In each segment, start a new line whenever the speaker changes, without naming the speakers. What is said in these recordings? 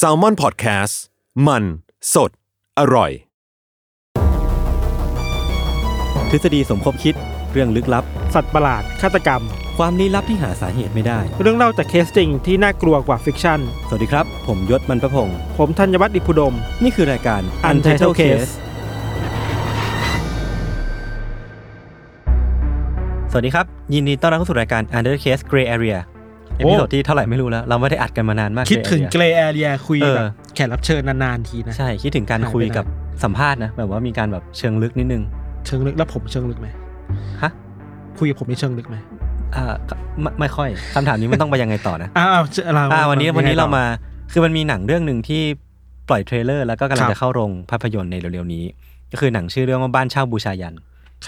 s a l m o n PODCAST มันสดอร่อย
ทฤษฎีสมคบคิดเรื่องลึกลับ
สัตว์ประหลาด ฆาตกรรม
ความลี้ลับที่หาสาเหตุไม่ได้
เรื่องเล่าจากเคสจริงที่น่ากลัวกว่าฟิกชั่น
สวัสดีครับ ผมยศมันประพงศ์
ผมธัญวัฒน์อิพุดม
นี่คือรายการ
Untitled Case
สวัสดีครับ ยินดีต้อนรับเข้าสู่รายการ Under Case Gray Area เอพิโซดที่เท่าไหร่ไม่รู้แล้ว เราไม่ได้อัดกันมานานมาก
คิดถึง
Grey
เก
Area
รย์แอเรียคุย
เออ
แบบแขกรับเชิญนานๆทีนะ
ใช่ คิดถึงการ
หายไป
คุย
นาน
กับสัมภาษณ์นะ แบบว่ามีการแบบเชิงลึกนิดนึง
เชิงลึกแล้วผมเชิงลึกไหม
ฮะ
คุยกับผมในเชิงลึกไหม
อ่าไม่ไม่ค่อยคำถามนี้มันต้องไปยังไงต่อนะ
อ้าวเจอเรา
อ่าวันนี้
ยังไง
วันนี้
ต่
เรา
อ
มาคือมันมีหนังเรื่องหนึ่งที่ปล่อยเทรลเลอร์แล้วก็กำลั
ครั
ง
บ
จะเข้าโรงภาพยนตร์ในเร็วๆนี้ ก็คือหนังชื่อเรื่องว่าบ้านเช่าบูชายัน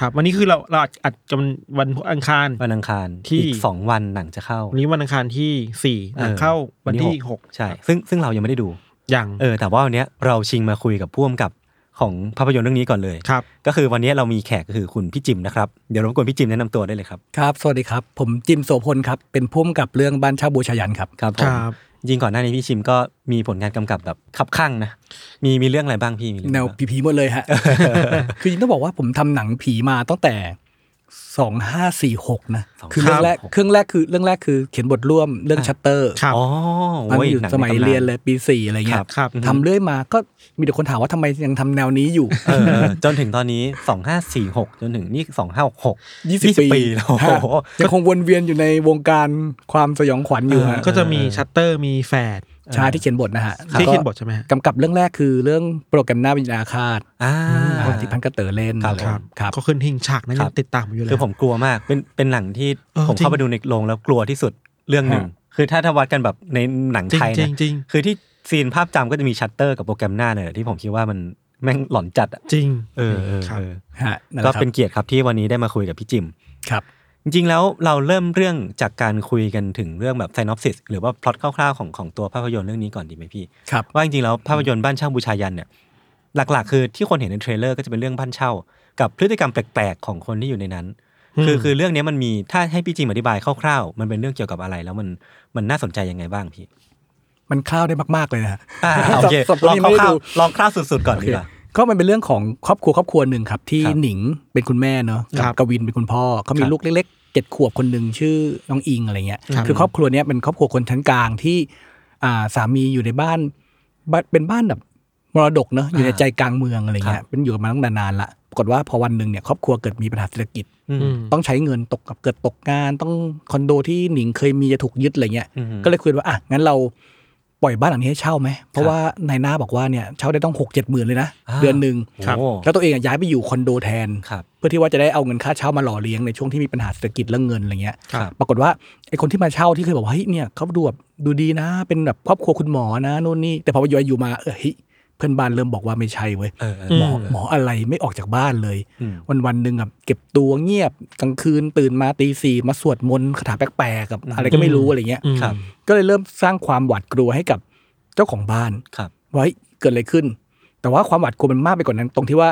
ครับ วันนี้คือเราเราอัดอัดกันวันพุธอังคาร
วันอังคาร
ที่
อีกสองวันหนังจะเข้า
วันนี้วันอังคารที่สี่
เออ
เข้าวันที่หก
ใช่ ซึ่งซึ่งเรายังไม่ได้ดู
อย่าง
เออแต่ว่าวันเนี้ยเราชิงมาคุยกับพ่วมกับของภาพยนตร์เรื่องนี้ก่อนเลย
ครับ
ก็คือวันนี้เรามีแขกก็คือคุณพี่จิมนะครับเดี๋ยวรบกวนพี่จิมแนะนำตัวได้เลยครับ
ครับ สวัสดีครับ ผมจิมโสพลครับ เป็นผู้กำกับเรื่องบ้านเช่าบูชายันครับ
ครับผ
ค
ม
รับ
จริงก่อนหน้านี้พี่จิมก็มีผลงานกำกับแบบขับข้างนะมีมีเรื่องอะไรบ้างพี่มีเรื่อง
แน
อะไร
ว
บ้าง
ผีๆหมดเลยฮะ คือจริงต้องบอกว่าผมทำหนังผีมาตั้งแต่สองห้าสี่หกนะ คือเรื่องแรก
ครับ
เครื่องแรกคือเรื่องแรกคือเขียนบทร่วมเรื่องชัตเตอร์
ครับ
อ๋อ
ตอน
โว้ย
อยู่
หนัง
สมัย
ใตำา
เรียนเลยปีสี่อะไร
ค
เงี้
รั
ย
บ
ครับ
ทำเรื่อยมาก็มีแต่คนถามว่าทำไมยังทำแนวนี้อยู่
เออจนถึงตอนนี้สองห้าสี่หกจนถึงนี่สองห้าหก
ยี่สิบ
ปี
ปี
แล้วโอ้โห
ฮะยังคงวนเวียนอยู่ในวงการความสยองขวัญอยู่ฮะ
ก็จะมีชัตเตอร์มีแฟด
ชาที่เขียนบทนะฮะ
ที่
แล้วก็
เขียนบทใช่ไหมฮะ
กำกับเรื่องแรกคือเรื่องโปรแกรมหน้าวิญญาณอาฆาต
อ่า
คนที่พันกระเตอเล่น
ครับ
อะไอย่างเงี้ยครับ
ก็ขึ้นหิ่งฉากนั้น
ครั
ยัง
บ
ติดตามอยู่เลย
คือผมกลัวมากเป็นเป็นหนังที่
เออ
ผม
จริ
เข้าง ไปดูในโรงแล้วกลัวที่สุดเรื่องหนึ่ง คือถ้าถ้าวัดกันแบบในหนัง
จริ
ไท
ง
ย
จริ
นะ
งจริง
คือที่ซีนภาพจำก็จะมีชัตเตอร์กับโปรแกรมหน้าเนี่ยที่ผมคิดว่ามันแม่งหลอนจัดอ่ะ
จริง
เออเออ
ครับ
เออ
ฮะนั่นแห
ก็
ละครับ
เป็นเกียรติครับที่วันนี้ได้มาคุยกับพี่จิม
ครับ
จริงๆแล้วเราเริ่มเรื่องจากการคุยกันถึงเรื่องแบบไซนอปซิสหรือว่าพล็อตคร่าวๆของของตัวภาพยนตร์เรื่องนี้ก่อนดีไหมพี่
ครับ
ว่าจริงๆแล้วภาพยนตร์บ้านเช่าบูชายันเนี่ยหลักๆ คือที่คนเห็นในเทรลเลอร์ก็จะเป็นเรื่องบ้านเช่า กับพฤติกรรมแปลกๆ ของคนที่อยู่ในนั้น
อืม
คือคือเรื่องเนี้ยมันมีถ้าให้พี่จิมอธิบายคร่าวๆ มันเป็นเรื่องเกี่ยวกับอะไรแล้วมันมันน่าสนใจยังไงบ้างพี่
มันคร่าวได้มาก ๆ เลยนะฮะ
อ่า โอเค
สับ
ลอง
สับเรายังไม่ได้
คร่าว
ดู
ๆลองคร่าวสุดๆก่อนดีกว่า
ก็มันเป็นเรื่องของครอบครัวครอบครัวหนึ่งครับ ที่
ครับ
หนิงเป็นคุณแม่เนาะกั
ครับ บ
กวินเป็นคุณพ่อเขา
ค
มี
รับ
ลูกเล็กๆเจ็ดขวบคนหนึ่งชื่อน้องอิงอะไรเงี้ย
ครับ
อครอบครัวเนี้ยเป็นครอบครัวคนชั้นกลางที่อ่าสามีอยู่ในบ้านบ้านเป็นบ้านแบบมรดกเนาะอยู่ใน
อ่า
ใจกลางเมืองอะไร
ครั
เงี้ย
บ
เป็นอยู่มาตั้งแต่นานละปรากฏว่าพอวันหนึ่งเนี่ยครอบครัวเกิดมีปัญหาเศรษฐกิจ
อืม
ต้องใช้เงินตกกับเกิดตกงานต้องคอนโดที่หนิงเคยมีจะถูกยึดอะไรเงี้ย
อืม
ก็เลยคุยว่าอ่ะงั้นเราปล่อยบ้านหลังนี้ให้เช่าไหม
ค
เพราะ
รับ
ว่านายหน้าบอกว่าเนี่ยเช่าได้ต้องหกเจ็ดหมื่นเลยนะ
อ่า
เดือนหนึ่ง
โอ้
แล้วตัวเองอ่ะย้ายไปอยู่คอนโดแทน
ครับ
เพื่อที่ว่าจะได้เอาเงินค่าเช่ามาหล่อเลี้ยงในช่วงที่มีปัญหาเศรษฐกิจเรื่องเงินอะไรเงี้ย
ครับ
ปรากฏว่าไอ้คนที่มาเช่าที่เคยบอกว่าเฮ้ยเนี่ยเขาดูแบบดูดีนะ เป็นแบบครอบครัวคุณหมอนะนู่นนี่แต่พอไปอยู่อยู่มาเออเฮ้ยเพื่อนบ้านเริ่มบอกว่าไม่ใช่เว้ย
เออเออ
ม
หมอหมออะไรไม่ออกจากบ้านเลย
อืม
วันวันๆหนึ่งอ่ะเก็บตัวเงียบกลางคืนตื่นมาตีสี่มาสวดมนต์คาถาแปลกๆกับ
อืม
อะไรก็ไม่รู้อะไรเงี้ย
อืม
ครับ
ก็เลยเริ่มสร้างความหวาดกลัวให้กับเจ้าของบ้าน
ครับ
ว่าเฮ้ยเกิดอะไรขึ้น แต่ว่าความหวาดกลัวมันมากไปกว่านั้น ตรงที่ว่า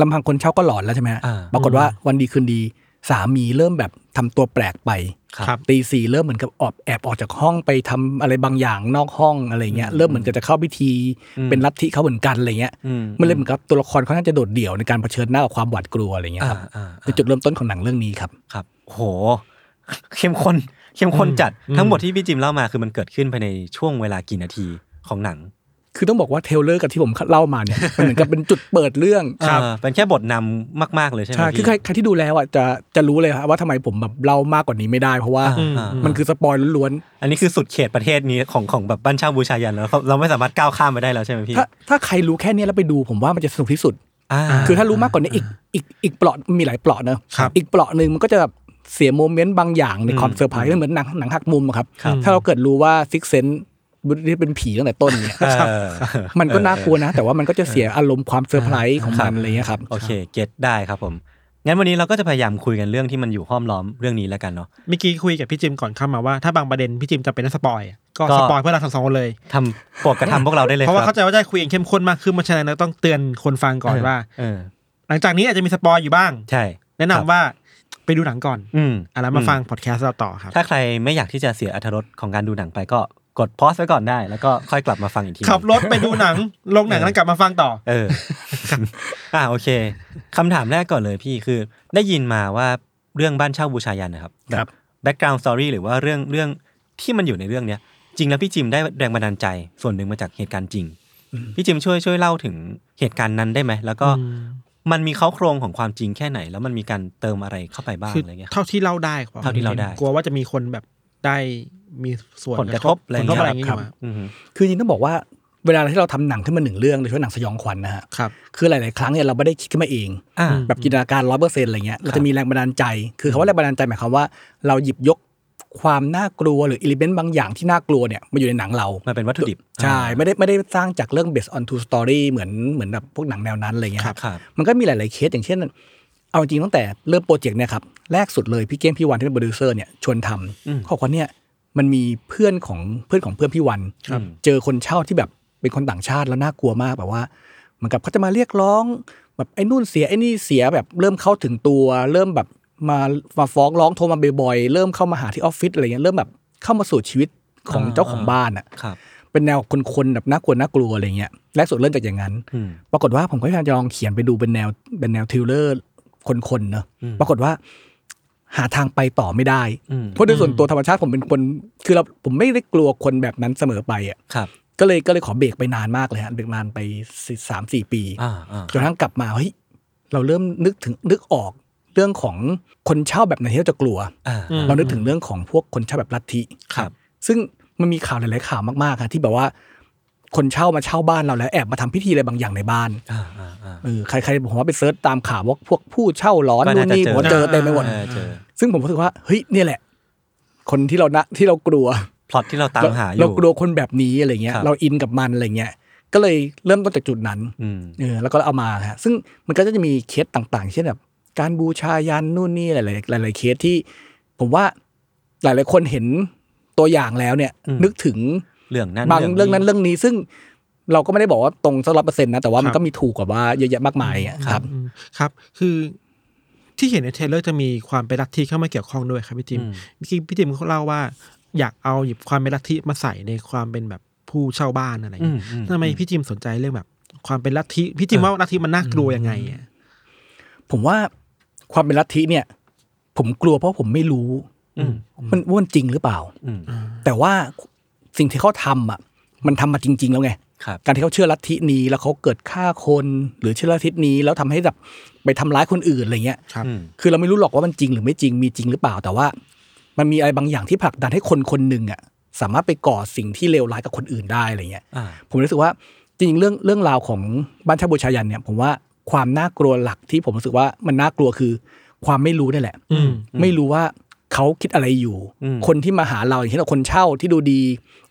ลำพังคนเช่าก็หลอนแล้วใช่ไหมฮะ
อ่า
ปรากฏว่าวันดีคืนดี สามีเริ่มแบบทำตัวแปลกไป
ครับ
ตีสี่เริ่มเหมือนกับออบแอบออกจากห้องไปทำอะไรบางอย่างนอกห้องอะไรเงี้ยเริ่มเหมือนกับจะเข้าพิธี
อืม
เป็นลัทธิเขาเหมือนกันอะไรเงี้ย
อื
มันเลยเหมือนกับตัวละครเขาน่าจะโดดเดี่ยวในการเผชิญหน้ากับความหวาดกลัวอะไรเงี้ย
อ่า
ครับ
อ่า
เป็นจุดเริ่มต้นของหนังเรื่องนี้ครับ
ครับโห เข้มข้นเข้มข้นจัด
อืม
ทั้งหมดที่พี่จิมเล่ามาคือมันเกิดขึ้นภายในช่วงเวลากี่นาทีของหนัง
คือต้องบอกว่าเทรลเลอร์กับที่ผมเล่ามาเนี่ยมันเหมือนกับเป็นจุดเปิดเรื่อง
เออเป็นแค่บทนำมากๆเลยใช่ไหม
ใช่ คือใครใครที่ดูแล้วอ่ะจะจะรู้เลยครับว่าทำไมผมแบบเล่ามากกว่านี้ไม่ได้ เพราะว่า
อ่า
อืม
อ่า
มันคือสปอยล้วน
อันนี้คือสุดเขตประเทศนี้ของของแบบบ้านเช่าบูชายันแล้วเราเราไม่สามารถก้าวข้ามไปได้แล้วใช่ไหมพี่
ๆ ถ้าถ้าใครรู้แค่เนี้ยแล้วไปดูผมว่ามันจะสนุกที่สุด
อ่า
คือถ้ารู้มากกว่านี้อีกอีกอีกเปลาะมีหลายเปลาะเนอะ
ครับ
อีกเปลาะหนึ่งมันก็จะแบบ เสียโมเมนต์บางอย่างในความเซอร์ไพรส์เหมือนหนังหนังหักมุมอะครับ
ครับ
ถ้าเราเกิดรู้ว่าซิกเซนที่เป็นผีตั้งแต่ต้นเนี่ย
เออ
มันก็น่ากลัวนะ แต่ว่ามันก็จะเสียอารมณ์ความเซอร์ไพรส์ของมัน
ครับ
อะไรเงี้ยครับ
โอเคเก็ตได้ครับผม งั้นวันนี้เราก็จะพยายามคุยกันเรื่องที่มันอยู่ห้อมล้อมเรื่องนี้แล้วกันเนาะ
เมื่อกี้คุยกับพี่จิมก่อนเข้ามาว่าถ้าบางประเด็นพี่จิมจะเป็นนักสปอยอะก็
ก็
สปอยเพื่อเราทั้งสองคนเลย
ทำปลดกระทำพวกเราได้เลย
เพราะว่า
ค
เข้า
บ
ใจว่าจะคุยกันเข้มข้นมากขึ้นเพราะฉะนั้นเราต้องเตือนคนฟังก่อนว่า
เออ
หลังจากนี้อาจจะมีสปอยอยู่บ้าง
ใช่
แนะนำว่าไปดูหนังก่อน
อืม
อ่ะแล้วมาฟังพอดแคสต์เราต่อครับ
ถ้าใครไม่อยากที่จะเสียอรรถรสของการดูหนังไปก็กดพอสไว้ก่อนได้ แล้วก็ค่อยกลับมาฟังอีกที
ขับรถไปดูหนัง ลงหนังแล้วกลับมาฟังต่อ
เออ อ่าโอเคคำถามแรกก่อนเลยพี่คือ ได้ยินมาว่าเรื่องบ้านเช่าบูชายันนะครับ
ครับ
แบ็กกราวน์สตอรี่หรือว่าเรื่องเรื่องที่มันอยู่ในเรื่องเนี้ย จริงแล้วพี่จิมได้แรงบันดาลใจ ส่วนหนึ่งมาจากเหตุการณ์จริง พี่จิมช่วยช่วยเล่าถึงเหตุการณ์นั้นได้ไหมแล้วก็
อืม
มันมีเขาโครงของความจริงแค่ไหน แล้วมันมีการเติมอะไรเข้าไปบ้าง
คือ
อะไรเงี้ย
เท่าที่เล่าได้ครับ
เท่าที่เล่าได้
กลัวว่าจะมีคนแบบได้มีส่วน
ผลกระทบ
ผลกระ
อะ
ทบอะไร ไรอ
อา
ย่ย่าง ง
เงี้
งี้
ย
ยมา
อือฮึ
คือจริงต้องบอกว่าเวลาที่เราทำหนังขึ้นมาหนึ่งเรื่องโดยเฉพาะหนังสยองขวัญนะฮะ
ครับ
คือหลาย ๆ ครั้งเนี่ยเราไม่ได้คิดขึ้นมาเอง
อ่า
แบบจินตนาการร้อยเปอร์เซ็นต์อะไรเงี้ยเราจะมีแรงบันดาลใจ คือคำว่าแรงบันดาลใจหมายความว่าเราหยิบยกความน่ากลัวหรืออิเลเมนต์บางอย่างที่น่ากลัวเนี่ยมาอยู่ในหนังเรา
มันเป็นวัตถุดิบ
ใช่ไม่ได้ไม่ได้สร้างจากเรื่อง based on true story เหมือนเหมือนแบบพวกหนังแนวนั้นอะไรเงี้ย
ค
ค
รั
รั
บบ ครับ
มันก็มีหลาย ๆ เคสอย่างเช่น เอาจริงตั้งแต่เริ่มโปรเจกต์เนี่ยครับแรกสุดเลยพี่เก้งพี่วันที่เป็นโปรดิวเซอร์เนี่ยชวนทำเขาบอกว่าเนี่ยมันมีเพื่อนของเพื่อนของเพื่อนพี่วัน
ครับ
เจอคนเช่าที่แบบเป็นคนต่างชาติแล้วน่ากลัวมากแบบว่าเหมือนกับเขาจะมาเรียกร้อง แบบไอ้นู่นเสียไอ้นี่เสียแบบเริ่มเข้าถึงตัว เริ่มแบบมามาฟ้องร้องโทรมาบ่อยๆเริ่มเข้ามาหาที่ออฟฟิศอะไรเงี้ยเริ่มแบบเข้ามาสู่ชีวิตของ
อ่า
เจ้าของบ้านอ่ะ
ครับ
เป็นแนวคนๆแบบน่ากลัวน่ากลัวอะไรเงี้ยแรกสุดเริ่มจากอย่างนั้น
อืม
ปรากฏว่าผมก็พยายามจะลองเขียนไปดูเป็นแนวเป็นแนวทริลเลอร์คนๆเนอะ
อืม
ปรากฏว่า หาทางไปต่อไม่ได้
อืม
เพราะโดยส่วนตัวธรรมชาติผมเป็นคนคือเราผมไม่ได้กลัวคนแบบนั้นเสมอไปอ่ะ
ครับ
ก็เลยก็เลยขอเบรกไปนานมากเลยฮะเบรกนานไปสี่สามสี่ปี
อ่าอ่า
จนกระทั้งกลับมาเฮ้ยเราเริ่มนึกถึงนึกออกเรื่องของคนเช่าแบบไหนที่เราจะกลัว
อ่า
อืม
เรานึกถึงเรื่องของพวกคนเช่าแบบลัทธิ
ครับ
ซึ่งมันมีข่าวหลาย ๆ ข่าวมาก ๆ ค่ะที่แบบว่า คนเช่ามาเช่าบ้านเราแล้วแอบมาทำพิธีอะไรบางอย่างในบ้าน
อ่าอ่าอ่า
เออ ใคร ๆ ผมว่าไปเซิร์ชตามข่าวว่าพวกผู้เช่าร้อน
ก็
นู่
น่าน จะ
นี่
เจอ
ผมว่าเจอเต็มไปหมด
เออเจอ
ซึ่งผมรู้สึกว่า เฮ้ย เนี่ยแหละ คนที่เรานะที่เรากลัว
พล็อตที่เราตามหาอยู่
เรากลัวคนแบบนี้อะไรเงี้ย
ครับ
เราอินกับมันอะไรเงี้ย ก็เลยเริ่มต้นจากจุดนั้น
อืม
เออแล้วก็เอามาฮะซึ่งมันก็จะมีเคสต่างๆ เช่นแบบการบูชายันนู่นนี่หลายๆหลาย ๆ เคสที่ ผมว่าหลาย ๆ คนเห็นตัวอย่างแล้วเนี่ย
อืม
นึกถึง
เรื่องนั้น
บางเรื่องนั้น
นี้
เรื่องนี้ซึ่งเราก็ไม่ได้บอกว่าตรงสักร้อเปอร์เซ็นต์นะ แต่ว่ามัน
ครั
ก็
บ
มีถูกกว่าว่าเยอะแยะมากมายอะครับ
อืมครับคือที่เห็นในเทรลเลอร์จะมีความเป็นลัทธิเข้ามาเกี่ยวข้องด้วยครับพี่จิม
อืม
เมื่อกี้พี่จิมเขาเล่าว่า อยากเอาหยิบความเป็นลัทธิมาใส่ในความเป็นแบบผู้เช่าบ้านอะไรอย่าง
อื
เงี้ย
มอื
ทำไมพี่จิมสนใจเรื่องแบบ ความเป็นลัทธิพี่จิมว่าลัทธิมันน่ากลัวยังไงอะ
ผมว่าความเป็นลัทธิเนี่ย ผมกลัวเพราะผมไม่รู้
อืม
มันว่ามันจริงหรือเปล่า
อืม
แต่ว่าสิ่งที่เขาทำอ่ะ มันทำมาจริง ๆ แล้วไง
ครับ
การที่เขาเชื่อลัทธินี้แล้วเขาเกิดฆ่าคนหรือเชื่อลัทธินี้แล้วทำให้แบบไปทำร้ายคนอื่นอะไรเงี้ย
ครับ
อืม
คือเราไม่รู้หรอกว่ามันจริงหรือไม่จริงมีจริงหรือเปล่า แต่ว่า มันมีอะไรบางอย่างที่ผลักดันให้คนคนหนึ่งอ่ะสามารถไปก่อสิ่งที่เลวร้ายกับคนอื่นได้อะไรเงี้ย
อ่า
ผมรู้สึกว่าจริงๆเรื่องเรื่องราวของบ้านชาบูชายันเนี่ย ผมว่าความน่ากลัวหลักที่ผมรู้สึกว่ามันน่ากลัวคือ ความไม่รู้นี่แหละ
อืม
ไม่รู้ว่าเขาคิดอะไรอยู่ คนที่มาหาเราอย่างเช่นคนเช่าที่ดูดี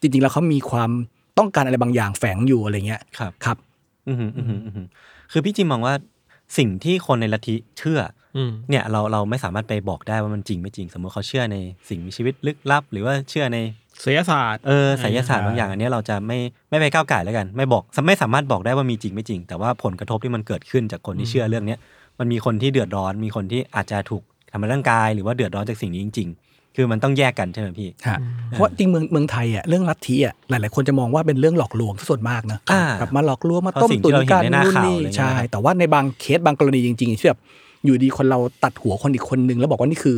จริง ๆ แล้วเขามีความต้องการอะไรบางอย่างแฝงอยู่อะไรเงี้ย
ครับ
ครับ
อืมอืมอืมอืมคือพี่จิมมองว่าสิ่งที่คนในลัทธิเชื่อ
อืม
เนี่ยเราเราไม่สามารถไปบอกได้ว่ามันจริงไม่จริง สมมติเขาเชื่อในสิ่งมีชีวิตลึกลับ หรือว่าเชื่อใน
ศิลศาสตร์
เออไสยศาสตร์บางอย่างอันเนี้ยเราจะไม่ไม่ไปก้าวไก่ายแล้วกัน ไม่บอกไม่สามารถบอกได้ว่ามีจริงไม่จริง แต่ว่าผลกระทบที่มันเกิดขึ้นจากคนที่เชื่อเรื่องเนี้ยมันมีคนที่เดือดร้อนมีคนที่อาจจะถูกทำร้ายร่างกาย หรือว่าเดือดร้อนจากสิ่งนี้จริง ๆ คือมันต้องแยกกันใช่ไหมพี่
ฮะเพราะจริงเมืองเมืองไทยอ่ะเรื่องลัทธิอ่ะหลาย ๆ คนจะมองว่าเป็นเรื่องหลอกลวงซะส่วนมากนะ
อ่า
แบบมาหลอกลวงมา
เพราะ
ต้ม
สิ่งที่
ตุ๋น
เราเห็น
กัน
ในหน้า
นู่น
ข่าว
นี่
อะไรอย่างเงี้ย
ใช่
นะครับ
แต่ว่าในบางเคสบางกรณีจริง ๆ ที่แบบอยู่ดีคนเราตัดหัวคนอีกคนนึง แล้วบอกว่านี่คือ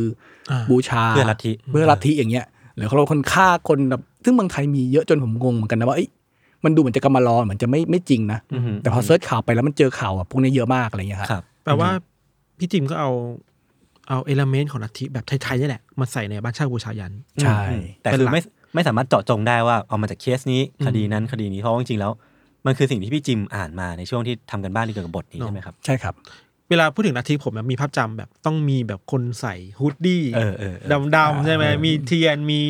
อบูชา
เพื่อลัทธิ
เพื่อลัทธิอย่างเงี้ยหรือเราคนฆ่าคนแบบซึ่งเมืองไทยมีเยอะจนผมงงเหมือนกันนะว่าเอ้ยมันดูเหมือนจะกำมารอเหมือนจะไม่ไม่จริงนะ
อืม
แต่พอเซิร์ชข่าวไปแล้วมันเจอข่าวอ่ะพวกนี้เยอะมากอะไรเงี้ยครับ
ครับ
แปลว่าพี่จิมก็เอาเอาเอลเมนต์ของลัทธิแบบไทยๆนี่แหละมาใส่ในบ้านเช่าบูชายัน
ใช่
อืมแต่คือไม่ไม่สามารถเจาะจงได้ว่าเอามาจากเคสนี้คดีนั้นคดีนี้เพราะว่าจริงๆแล้ว มันคือสิ่งที่พี่จิมอ่านมาในช่วงที่ทำกันบ้านเกี่ยวกับบทนี้ใช่ไหมครับ
ใช่ครับ
เวลาพูดถึงลัทธิผมอะมีภาพจำแบบต้องมีแบบคนใส่ฮูดดี้
เออเออเออ
ดำดำๆใช่ไหม
เออเออ
มีเทียนมี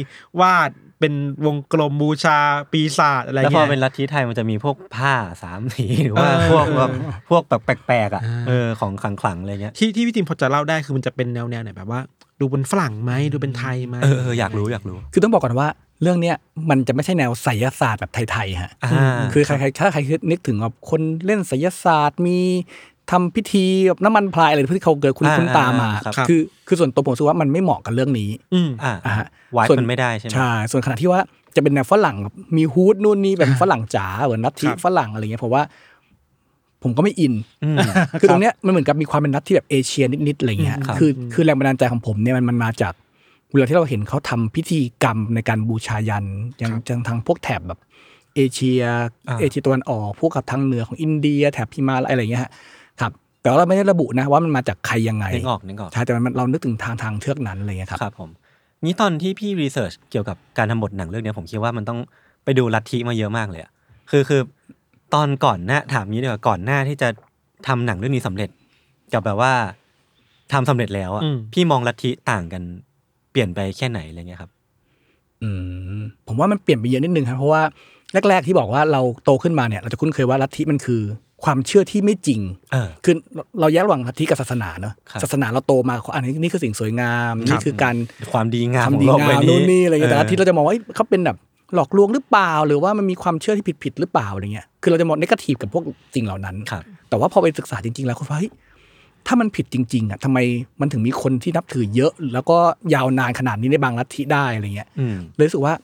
วาดเป็นวงกลมบูชาปีศาจอะไร
แล้วพอ
เงี้ย
เป็นลัทธิไทยมันจะมีพวกผ้าสามสีหรือว่า
เออ
พวกแบบพวกแบบแปลกๆอ่ะ
อ่า
เออของขลังขลังๆอะไรเงี้ย
ที่ที่พี่จิมพอจะเล่าได้คือมันจะเป็นแนวแนวไหนแบบว่า ดูเป็นฝรั่งไหมดูเป็นไทยไหม
เออเอออยากรู้อยากรู้
คือต้องบอกก่อนว่าเรื่องเนี้ยมันจะไม่ใช่แนวไสยศาสตร์แบบไทยๆฮะ
อ่า
คือใครๆถ้าใครนึกถึงแบบคนเล่นไสยศาสตร์มีทำพิธีแบบน้ำมันพลายอะไรที่เขาเกิดคุณ
อ่
คุณตามมา
ครับ
คือคือส่วนตัวผมรู้สึกว่ามันไม่เหมาะกับเรื่องนี้
อืม
อ่า
อ่ะฮะ
ไวาย
ส่ว
มันไม่ได้ใช่ไหม
ใช่ส่วนขณะที่ว่าจะเป็นแนวฝรั่งแบบมีฮูดนู่นนี่แบบฝรั่งจ๋าเหมือนนัทธิ
ครับ
ฝรั่งอะไรเงี้ยผมว่า ผมก็ไม่อิน
อืม
คือตรงเนี้ยมันเหมือนกับมีความเป็นนัทที่แบบเอเชียนิดๆอะไรเงี้ย
ครับ
คือคือแรงบันดาลใจของผมเนี่ยมันมันมาจากเวลาที่เราเห็นเขาทำพิธีกรรมในการบูชายันอย่างจังทางพวกแถบแบบเอเชีย เอเชียตะวันออก พวกกับทางเหนือของอินเดีย แถบพิมาลยอะไรเงี้ยฮะครับ แต่ว่าเราไม่ได้ระบุนะว่ามันมาจากใครยังไง
นึกออกนึกออก
ใช่แต่มันเรานึกถึงทางทางเทือกนั้นอะไรเงี้ยครับ
ครับผมนี่ตอนที่พี่รีเสิร์ชเกี่ยวกับการทำบทหนังเรื่องเนี้ยผมคิดว่ามันต้องไปดูลัทธิมาเยอะมากเลยอะคือคือตอนก่อนหน้าถามงี้ดีกว่าก่อนหน้าที่จะทำหนังเรื่องนี้สำเร็จ กับแบบว่าทำสำเร็จแล้วอะ
อืม
พี่มองลัทธิต่างกันเปลี่ยนไปแค่ไหนอะไรเงี้ยครับ
อืมผมว่ามันเปลี่ยนไปเยอะนิดนึงครับเพราะว่าแรก ๆ ที่บอกว่าเราโตขึ้นมาเนี่ยเราจะคุ้นเคยว่าลัทธิมันคือ ความเชื่อที่ไม่จริง
เออ
คือเราเราแยกระหว่างลัทธิกับศาสนาเนอะ
ครับ
ศาสนาเราโตมาอันนี้นี่คือสิ่งสวยงาม นี่คือการ
ความดีงามขอ
ทำ
ง
ดี
โลก
งา
ใบ
ม
นี้
นู่นนี่อะไรอย่างเงี้ยแต่ลัทธิ
ออ
เราจะมองว่าเอ้ยเขาเป็นแบบหลอกลวงหรือเปล่า หรือว่ามันมีความเชื่อที่ผิดๆหรือเปล่าอะไรเงี้ยคือเราจะมองนกาทีฟกับพวกสิ่งเหล่านั้น
ครับ
แต่ว่าพอไปศึกษาจริง ๆ แล้วคุณว่าเฮ้ยถ้ามันผิดจริง ๆอ่ะทำไมมันถึงมีคนที่นับถือเยอะ แล้วก็ยาวนานขนาดนี้ในบางลัทธิได้อะไรเงี้ย
อืม
เลยรู้สึกว่า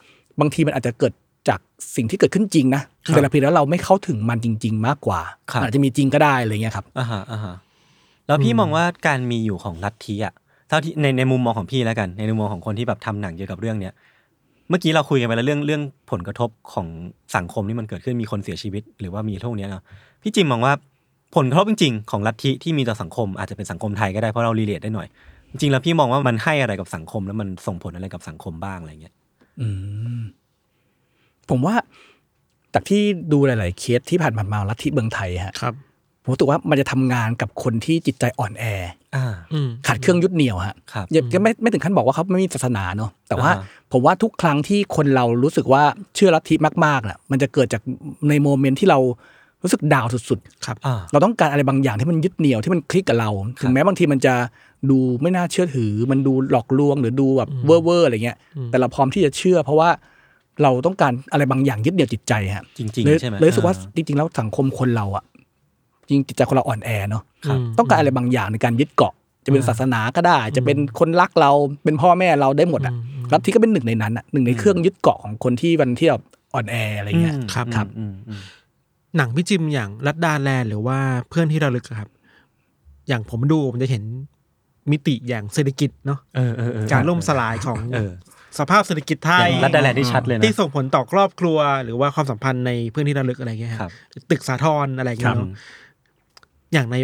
บางทีมันอาจจะเกิดจากสิ่งที่เกิดขึ้นจริงนะแต่ละเพียงแล้วเราไม่เข้าถึงมันจริง ๆ มากกว่า
ครับ
อาจจะมีจริงก็ได้อะไรเงี้ยครับ
อ่าฮะอ่าฮะแล้วพี่มองว่าการมีอยู่ของลัทธิอ่ะเท่าที่ในในมุมมองของพี่แล้วกัน ในมุมมองของคนที่แบบทำหนังเกี่ยวกับเรื่องเนี้ยเมื่อกี้เราคุยกันไปแล้วเรื่องเรื่องผลกระทบของสังคมที่มันเกิดขึ้นมีคนเสียชีวิต หรือว่ามีเท่าเนี้ยเนาะพี่จิมมองว่าผลกระทบจริง ๆ ของลัทธิที่มีต่อสังคมอาจจะเป็นสังคมไทยก็ได้เพราะเรารีเลทได้หน่อย จริงๆแล้วพี่มองว่ามันให้อะไรกับสังคมแล้วมันส่งผลอะไรกับสังคมบ้างอะไรเงี้ย
อืมผมว่าจากที่ดูหลาย ๆ เคสที่ผ่านๆมาลัทธิเมืองไทยฮะ
ครับ
ผมรู้สึกว่ามันจะทำงานกับคนที่จิตใจอ่อนแอ
อ่า
อืม
ขาดเครื่องยึดเหนี่ยวฮะ
ครับ
อย่าก็ไม่ไม่ถึงขั้นบอกว่าเขาไม่มีศาสนาเนาะแต่ว่า
อ่าฮะ
ผมว่าทุกครั้งที่คนเรารู้สึกว่าเชื่อลัทธิมากๆน่ะ มันจะเกิดจากในโมเมนต์ที่เรารู้สึกดาวน์สุด ๆ
อ่า
เราต้องการอะไรบางอย่างที่มันยึดเหนี่ยวที่มันคลิกกับเรา ถึงแม้บางทีมันจะดูไม่น่าเชื่อถือ มันดูหลอกลวงหรือดูแบบเว่อร์ๆอะไรเงี้ย แต่เราพร้อมที่จะเชื่อ เพราะว่าเราต้องการอะไรบางอย่างยึดเหนี่ยวจิตใจฮะ
จริง
เลย
ๆใช่ไหม
เลยรู้สึกว่า
อ่
จริงๆแล้วสังคมคนเราอะจริงจิตใจคนเราอ่อนแอเนาะ
ครับ
ต้องการอะไรบางอย่างในการยึดเกาะ จะเป็นศาสนาก็ได้ จะเป็นคนรักเราเป็นพ่อแม่เราได้หมดอะลัทธิก็เป็นหนึ่งในนั้นอะหนึ่งในเครื่องยึดเกาะของคนที่วันที่แบบอ่อนแออะไรเงี้ย
อืม
ครับ
ครับ
อืมอืม
หนังพี่จิมอย่างรัดดาแลนด์หรือว่าเพื่อนที่เราลึกอะครับ อย่างผมดูผมจะเห็นมิติอย่างเศรษฐกิจเนาะ
เออเออเออ
การล่มสลายของ
เออ
สภาพเศรษฐกิจไทย
อย่างรัดดาแลนด์ที่ชัดเลยนะ
ที่ส่งผลต่อครอบครัวหรือว่าความสัมพันธ์ในเพื่อนที่ระลึกอะไรเงี้ย
ครับ
หอตึกสาทรอะไรเงี้ยเนอะอย่างใน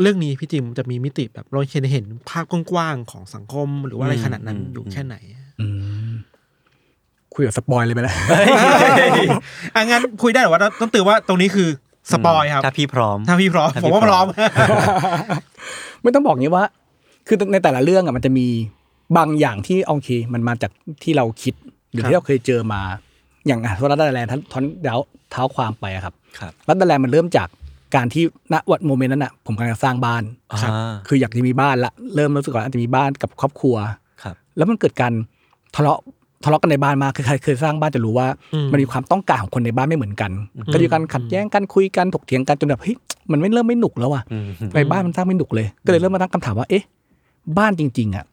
เรื่องนี้พี่จิมจะมีมิติแบบเราเห็นเห็นภาพกว้างๆของสังคม หรือว่าอะไรขนาดนั้น
อืม
อยู่แค่ไหน
อืมคุยกับสปอยเลยไหมล่ะ
อ่ะงั้นคุยได้แต่ว่าต้องเตือนว่าตรงนี้คือสปอยครับ
ถ้าพี่พร้อม
ถ้าพี่พร้อม
ถ้า
ผมว่า
พี่พ
พ
ร้
ร้อ
อ
ม
ม
ไม่ต้องบอกงี้ว่า คือในแต่ละเรื่องอะมันจะมีบางอย่างที่โอเค มันมาจากที่เราคิด หรือ
ครับ
ที่เราเคยเจอมา อย่างอ่ะรัตดาแลนด์ท่านท่อนเดาเท้าความไปอะครับ
ครับ
รัตดาแลนด์มันเริ่มจากการที่ณวัดโมเมนต์นั้นอะผมกำลังสร้างบ้าน
อ่า
คืออยากจะมีบ้านละเริ่มรู้สึกว่าอาจจะมีบ้านกับครอบครัว
ครับ
แล้วมันเกิดการทะเลาะทะเลาะกันในบ้านมากคือใครเคยสร้างบ้านจะรู้ว่า
อืม
มันมีความต้องการของคนในบ้านไม่เหมือนกัน ก็มีการขัดแย้งกันคุยกันถกเถียงกันจนแบบเฮ้ยมันไม่เริ่มไม่หนุกแล้วอะ
อืม
ในบ้านมันสร้างไม่หนุกเลย ก็เลยเริ่มมาตั้งคำถามว่า เอ๊ะ บ้านจริง ๆ อ่ะ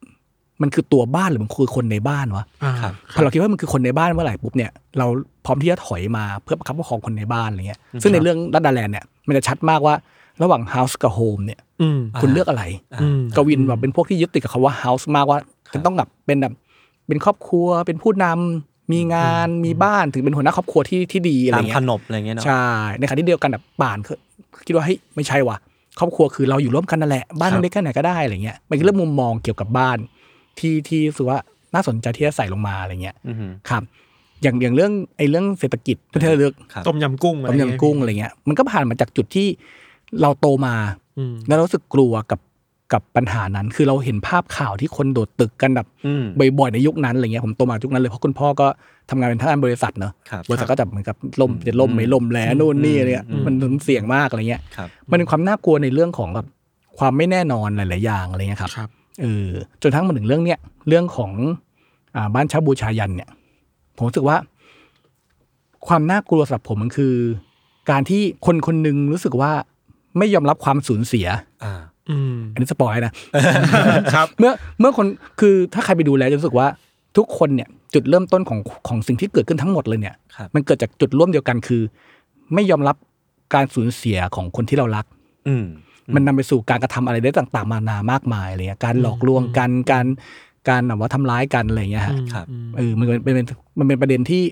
มันคือตัวบ้านหรือมันคือคนในบ้านวะ
อ่า
ครับ
พอเราคิดว่ามันคือคนในบ้านเมื่อไหร่ปุ๊บเนี่ย เราพร้อมที่จะถอยมาเพื่อประคับประคองคนในบ้านอะไรเงี้ย ซึ่งในเรื่องรัดดาแลนด์เนี่ย มันจะชัดมากว่าระหว่าง House กับ Home เนี่ย
อืม
คุณเลือกอะไร
อ่า
อืม
กวินแบบเป็นพวกที่ยึดติดกับคำว่า House มากว่าจะต้องแบบเป็นแบบเป็นครอบครัว เป็นผู้นำมีงาน มีบ้าน ถึงเป็นหัวหน้าครอบครัวที่ที่ดีอะไร
ตาม
เงี้ย
ขนบอะไรเงี้ยเนาะ
ใช่ ในขณะที่เดียวกันแบบป่านคือคิดว่าเฮ้ยไม่ใช่ว่ะครอบครัวคือเราอยู่ร่วมกันนั่นแหละ บ้าน
ครับ
เล็กแค่ไหนก็ได้อะไรเงี้ยมันคือเรื่องมุมมองเกี่ยวกับบ้าน ที่ที่รู้สึกว่าน่าสนใจที่จะใส่ลงมาอะไรเงี้ย
อือหือ
ครับ อย่างอย่างเรื่องไอ้เรื่องเศรษฐกิจเพื่อเลือก
ครับ
ต้มยำกุ้งอะไร
ต้ม
เงี้ย
ยำกุ้งอะไรเงี้ยมันก็ผ่านมาจากจุดที่ เราโตมา
อืม
แล้วเรารู้สึกกลัวกับกับปัญหานั้น คือเราเห็นภาพข่าวที่คนโดดตึกกันแบบ
อืม
บ่อยๆในยุคนั้นอะไรเงี้ยผมโตมายุคนั้นเลยเพราะคุณพ่อก็ทำงานเป็นทางานบริษัทเนอะ
ครับ
บริษัทก็จะเหมือนกับล่ม
อืม
จะล่มไม่ล่มแล้วนู่นนี่อะไรเงี้ย
อืม
มันเสี่ยงมากอะไรเงี้ย
ครับ
มันเป็นความน่ากลัวในเรื่องของแบบความไม่แน่นอนหลาย ๆ อย่างอะไรเงี้ยครับ
ครับ
เออจนทั้งมาถึงเรื่องเนี้ยเรื่องของอ่าบ้านเชาบูชายันเนี่ย ผมรู้สึกว่า ความน่ากลัวสำหรับผมมันคือ การที่คนคนหนึ่งรู้สึกว่าไม่ยอมรับความสูญเสีย
อ่า
อืม
อันนี้สปอยนะ
ครับ
เมื่อเมื่อคนคือถ้าใครไปดูแล้วจะรู้สึกว่าทุกคนเนี่ย จุดเริ่มต้นของของสิ่งที่เกิดขึ้นทั้งหมดเลยเนี่ย
ครับ
มันเกิดจากจุดร่วมเดียวกันคือ ไม่ยอมรับการสูญเสียของคนที่เรารัก
อืม
มันนำไปสู่การกระทำอะไรได้ต่างๆมานามากมายอะไรเลยการหลอกลวงกันการการแบบว่าทำร้ายกันอะไรอย่างเงี้ยฮะ
ครับ
เออมันเป็นเป็นมันเป็นประเด็นที่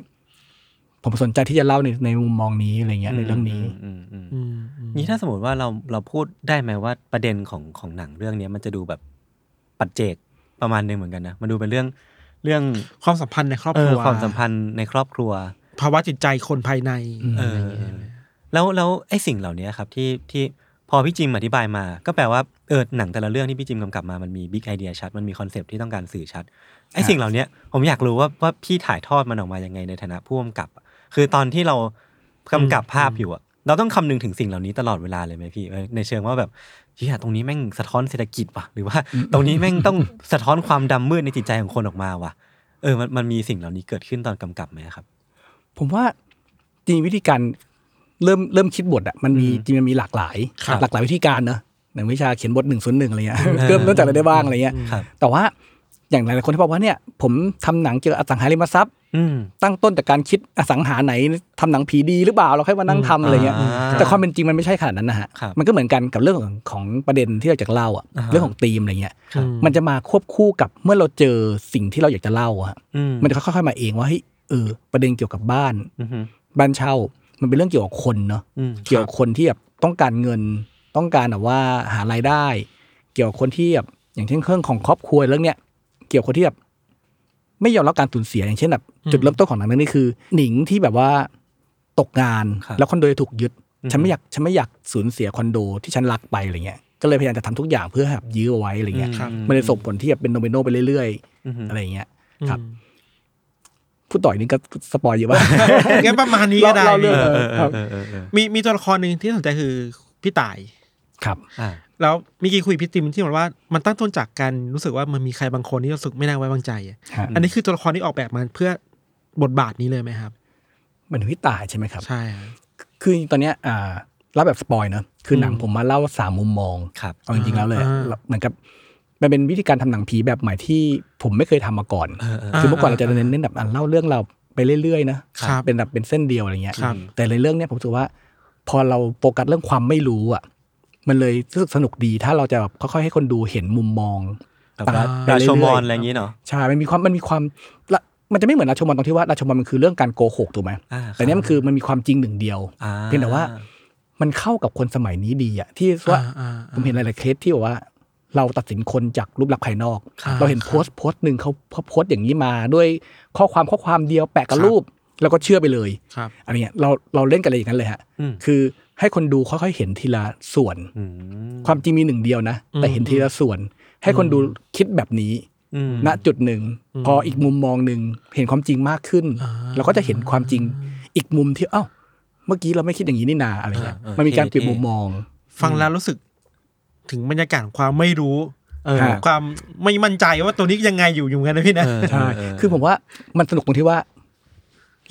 ผมสนใจที่จะเล่าในในมุมมองนี้อะไรเงี้ยในเรื่องนี้
อืมอืมอืม
อืมอืม
นี่ถ้าสมมติว่าเราเราพูดได้ไหมว่าประเด็นของของหนังเรื่องเนี้ยมันจะดูแบบปัจเจกประมาณหนึงเหมือนกันนะ มันดูเป็นเรื่องเรื่อง
ความสัมพันธ์ในครอบ
เอ
ค
อ
รัว
ความสัมพันธ์ในครอบครัว
ภาวะจิตใจคนภายใน
อืม
เอ
เอ
อ
อแล้วแล้วไอ้สิ่งเหล่านี้ครับที่ที่พอพี่จิมอธิบายมา ก็แปลว่าเออหนังแต่ละเรื่องที่พี่จิมกำกับมามันมีบิ๊กไอเดียชัด มันมีคอนเซปต์ที่ต้องการสื่อชัดไอ้สิ่งเหล่านี้ผมอยากรู้ว่าว่าพี่ถ่ายทอดมันออกมายังไงในฐานะผู้กำกับอะคือตอนที่เรากำกับภาพอยู่อะเราต้องคำนึงถึงสิ่งเหล่านี้ตลอดเวลาเลยไหมพี่เออในเชิงว่าแบบเฮียตรงนี้แม่งสะท้อนเศรษฐกิจว่ะหรือว่า ตรงนี้แม่งต้องสะท้อนความดำมืดในจิตใจของคนออกมาว่ะเออมันมันมีสิ่งเหล่านี้เกิดขึ้นตอนกำกับไหมครับ
ผมว่าจริงวิธีการเริ่มเริ่มคิดบทอะมันมีจริงมันมีหลากหลาย
ครับ
หลากหลายวิธีการเนอะในวิชาเขียนบทหนึ่งศูนย์หนึ่งอะไรเงี้ยเริ่มเริ่มจากอะไรได้บ้างอะไรเงี้ย
ครับ
แต่ว่าอย่างหลายๆคนที่บอกว่าเนี่ย ผมทำหนังเกี่ยวกับอสังหาริมทรัพย์
อืม
ตั้งต้นจากการคิดอสังหาไหนทำหนังผีดีหรือเปล่าเราค่อยมานั่งทำอะไรเงี้ย
อ่า
แต่ความเป็นจริงมันไม่ใช่ขนาดนั้นนะฮะ
ครับ
มันก็เหมือนกันกับเรื่องของของประเด็นที่เราจะเล่าอะ
อ่าฮะ
เรื่องของธีมอะไรเงี้ย
อืม
มันจะมาควบคู่กับเมื่อเราเจอสิ่งที่เราอยากจะเล่าอะฮะ
อืม
มันจะค่อยๆมาเองว่าเฮ้ยเออประเด็นเกี่ยวกับบ้าน
อือฮึ
บ้านเช่า มันเป็นเรื่องเกี่ยวกับคนเนาะ
อืม
เกี่ยวกับคนที่แบบต้องการเงินต้องการแบบว่าหารายได้ เกี่ยวกับคนที่แบบอย่างเช่นเครื่องของครอบครัวเรื่องเนี้ยเกี่ยวกับคนที่แบบไม่ยอมรับการสูญเสียอย่างเช่นแบบ
อืม
จุดเริ่มต้นของหนังเรื่องนี้คือ หนิงที่แบบว่าตกงาน
ครับ
แล้วคอนโดถูกยึด
อืม
ฉันไม่อยากฉันไม่อยากสูญเสียคอนโดที่ฉันรักไปอะไรเงี้ยก็เลยพยายามจะทำทุกอย่างเพื่อแบบยื้อเอาไว้อะไรเงี้ย
ครับ
มันเลยส่งผลที่แบบเป็นโนเมโนไปเรื่อย
อือฮึ
ๆ อะไรเงี้ย
อืม
ครับ พูดต่อยนี้ก็สปอยเยอะมาก
งั้นประมาณนี้ก็ได้
เล่าเรื่อง
พี่
อครับ
เออเออเออ
มีมีตัวละครหนึ่งที่สนใจคือพี่ต่าย
ครับ
อ่า
แล้วเมีกี้คุยพี่ติมที่บอกว่ามันตั้งต้นจากการรู้สึกว่ามันมีใครบางคนที่รู้สึกไม่น่าไว้วางใจอะ
ฮะ
อันนี้คือตัวละครที่ออกแบบมาเพื่อบทบาทนี้เลยไหมครับ
เหมือนพี่ตายใช่ไหมครับ
ใช่ครับ
คือตอนเนี้ยอ่าเล่าแบบสปอยเนอะคือหนัง
อืม
ผมมาเล่าสามมุมมอง
ครับ
เอาจริงๆแล้วเลย
อ่า
เหมือนกับมันเป็นวิธีการทำหนังผีแบบใหม่ที่ผมไม่เคยทำมาก่อน
เออเออ
คือเมื่อก่อนเราจะ
อ่า
เน้นแบบอ่านเล่าเรื่องเราไปเรื่อยๆนะครับ เป็นแบบเป็นเส้นเดียวอะไรเงี้ย
ครับ
แต่ในเรื่องเนี้ยผมรู้สึกว่า พอเราโฟกัสเรื่องความไม่รู้อ่ะ มันเลยรู้สึกสนุกดีถ้าเราจะแบบค่อยๆให้คนดูเห็นมุมมอง
แบบ
ต่างๆไป
รา
เรื่
ชมอน
อย
อะไรอย่างงี้เนาะ
ๆใช่มันมีความมันมีความละมันจะไม่เหมือนราชมอนตรงที่ว่าราชมอนมันคือเรื่องการโกหกถูกไหม
อ่าครับ
แต่เนี้ยมันคือมันมีความจริงหนึ่งเดียว
อ่า
เพียงแต่ว่ามันเข้ากับคนสมัยนี้ดีอะที่ว่า
อ่า
ผมเห็นหลายๆเคสที่แบบว่า เราตัดสินคนจากรูปลักษณ์ภายนอก
ครับ
เราเห็นโพสต์โพสต์หนึ่งเขาเขาโพสต์อย่างนี้มาด้วยข้อความข้อความเดียวแปะกับรูป แล้วก็เชื่อไปเลย
ครับ
อะไรเงี้ยเราเราเล่นกันอะไรอย่างนั้นเลยฮะ
อืม
คือให้คนดูค่อยๆเห็นทีละส่วน
อืม
ความจริงมีหนึ่งเดียวนะ แต่เห็นทีละส่วน ให้คนดูคิดแบบนี้
อืม
ณจุดหนึ่ง พออีกมุมมองหนึ่งเห็นความจริงมากขึ้น
อ่า
เราก็จะเห็นความจริงอีกมุมที่เอ้า เมื่อกี้เราไม่คิดอย่างนี้นี่นาอะไรเงี้ย
เออเออ
มันมีการ
เท่ๆ
เปลี่ยนมุมมอง
ฟังแล้วรู้สึกถึงบรรยากาศของความไม่รู้ เออ
ฮะ
ความไม่มั่นใจว่าตัวนี้ยังไงอยู่อยู่กันนะพี่นะ
เอ อ
ใช่
เ
คือผมว่ามันสนุกตรงที่ว่า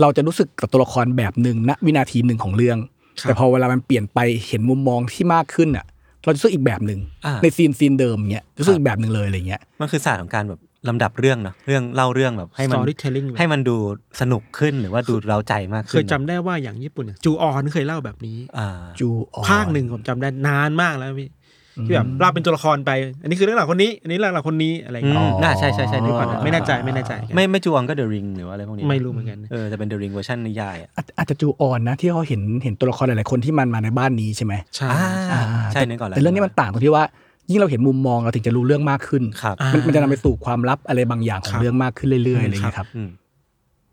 เราจะรู้สึกกับตัวละครแบบหนึ่งณวินาทีหนึ่งของเรื่อง
ครับ
แต่พอเวลามันเปลี่ยนไปเห็นมุมมองที่มากขึ้นอ่ะ เราจะรู้สึกอีกแบบหนึ่ง
อ่า
ในซีนซีนเดิมเงี้ยรู้สึกอีกแบบหนึ่งเลยอะไรเงี้ย
มันคือศาสตร์ของการแบบลำดับเรื่องเนาะเรื่องเล่าเรื่องแบบให้มัน
Storytelling
ให้มันดูสนุกขึ้นหรือว่าดูเร้าใจมาก
เค
ขึ้น
ยจำได้ว่าอย่างญี่ปุ่นเนี่ยจูออนเคยเล่าแบบนี้
อ่า
จูออน
ภาคหนึ่งผมจำได้นานมากแล้วพี่ที่แบบเล่าเป็นตัวละครไป อันนี้คือเรื่องหลังคนนี้ อันนี้เรื่องหลังคนนี้อะไรอย่าง
อื
เงี้ย
มน่าใช่ใช่ใช่
นึ
นึ
ก
ก
ก่
ก่อน
อ
น
นะ
นะ
ไม่แน่ใจไม่แน่ใจกัน
ไม่ไม่จูออนก็เดอะริงหรือว่าอะไรพวกนี้
ไม่รู้เหมือนกัน
เออจะเป็นเดอะริงเวอร์ชันนิยายอ่ะ
อาจอาจจะจูออนนะที่เขาเห็นเห็นตัวละครหลายๆคนที่มันมาในบ้านนี้ใช่ไหม
ใช่
อ่า
อ่า
ใช่
แต่
นึกก่อนล้ว
แต่เรื่องนี้มันต่างตรงที่ว่า ยิ่งเราเห็นมุมมองเราถึงจะรู้เรื่องมากขึ้น
ครับ
มัน
อ่า
มันจะนำไปสู่ความลับอะไรบางอย่างขอ
ครั
ง
บ
เรื่องมากขึ้นเรื่อ
อืม
ยๆอะไรอย่างเงี้ยครับ
อืม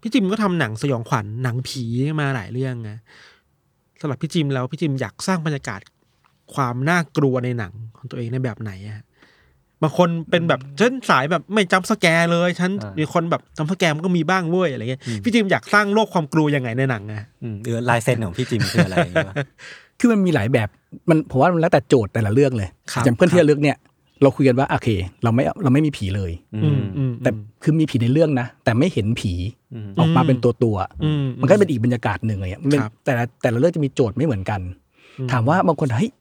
พี่จิมก็ทำหนังสยองขวัญหนังผีมาหลายเรื่องนะสำหรับพี่จิมแล้วพี่จิมอยากสร้างบรรยากาศ ความน่ากลัวในหนังของตัวเองในแบบไหนอะบางคนเป็นแบบฉันสายแบบไม่จำสแกร์เลยฉัน
อ่ามี
มีคนแบบจำสแกร์มันก็มีบ้างเว้ยอะไรเงี้ย
อืม
พี่จิมอยากสร้างโลกความกลัวยังไงในหนังอะ
อืมเออลายเซ็นของพี่จิมคืออะไรอย่างเงี้ยวะ
คือมันมีหลายแบบมันผมว่ามันแล้วแต่โจทย์แต่ละเรื่องเลย
ครับ
อย่างเพื่อนที่ระลึกเนี่ย เราคุยกันว่าโอเค เราไม่เราไม่มีผีเลย
อืมอืม
แต่คือมีผีในเรื่องนะ แต่ไม่เห็นผี
อืม
ออกมาเป็นตัวตัวๆ
อืม
มันก็เป็นอีกบรรยากาศหนึ่งเลยอะมันเป็น
ครับ
แต่ละแต่ละเรื่องจะมีโจทย์ไม่เหมือนกัน
อืม
ถามว่าบางคนเฮ้ย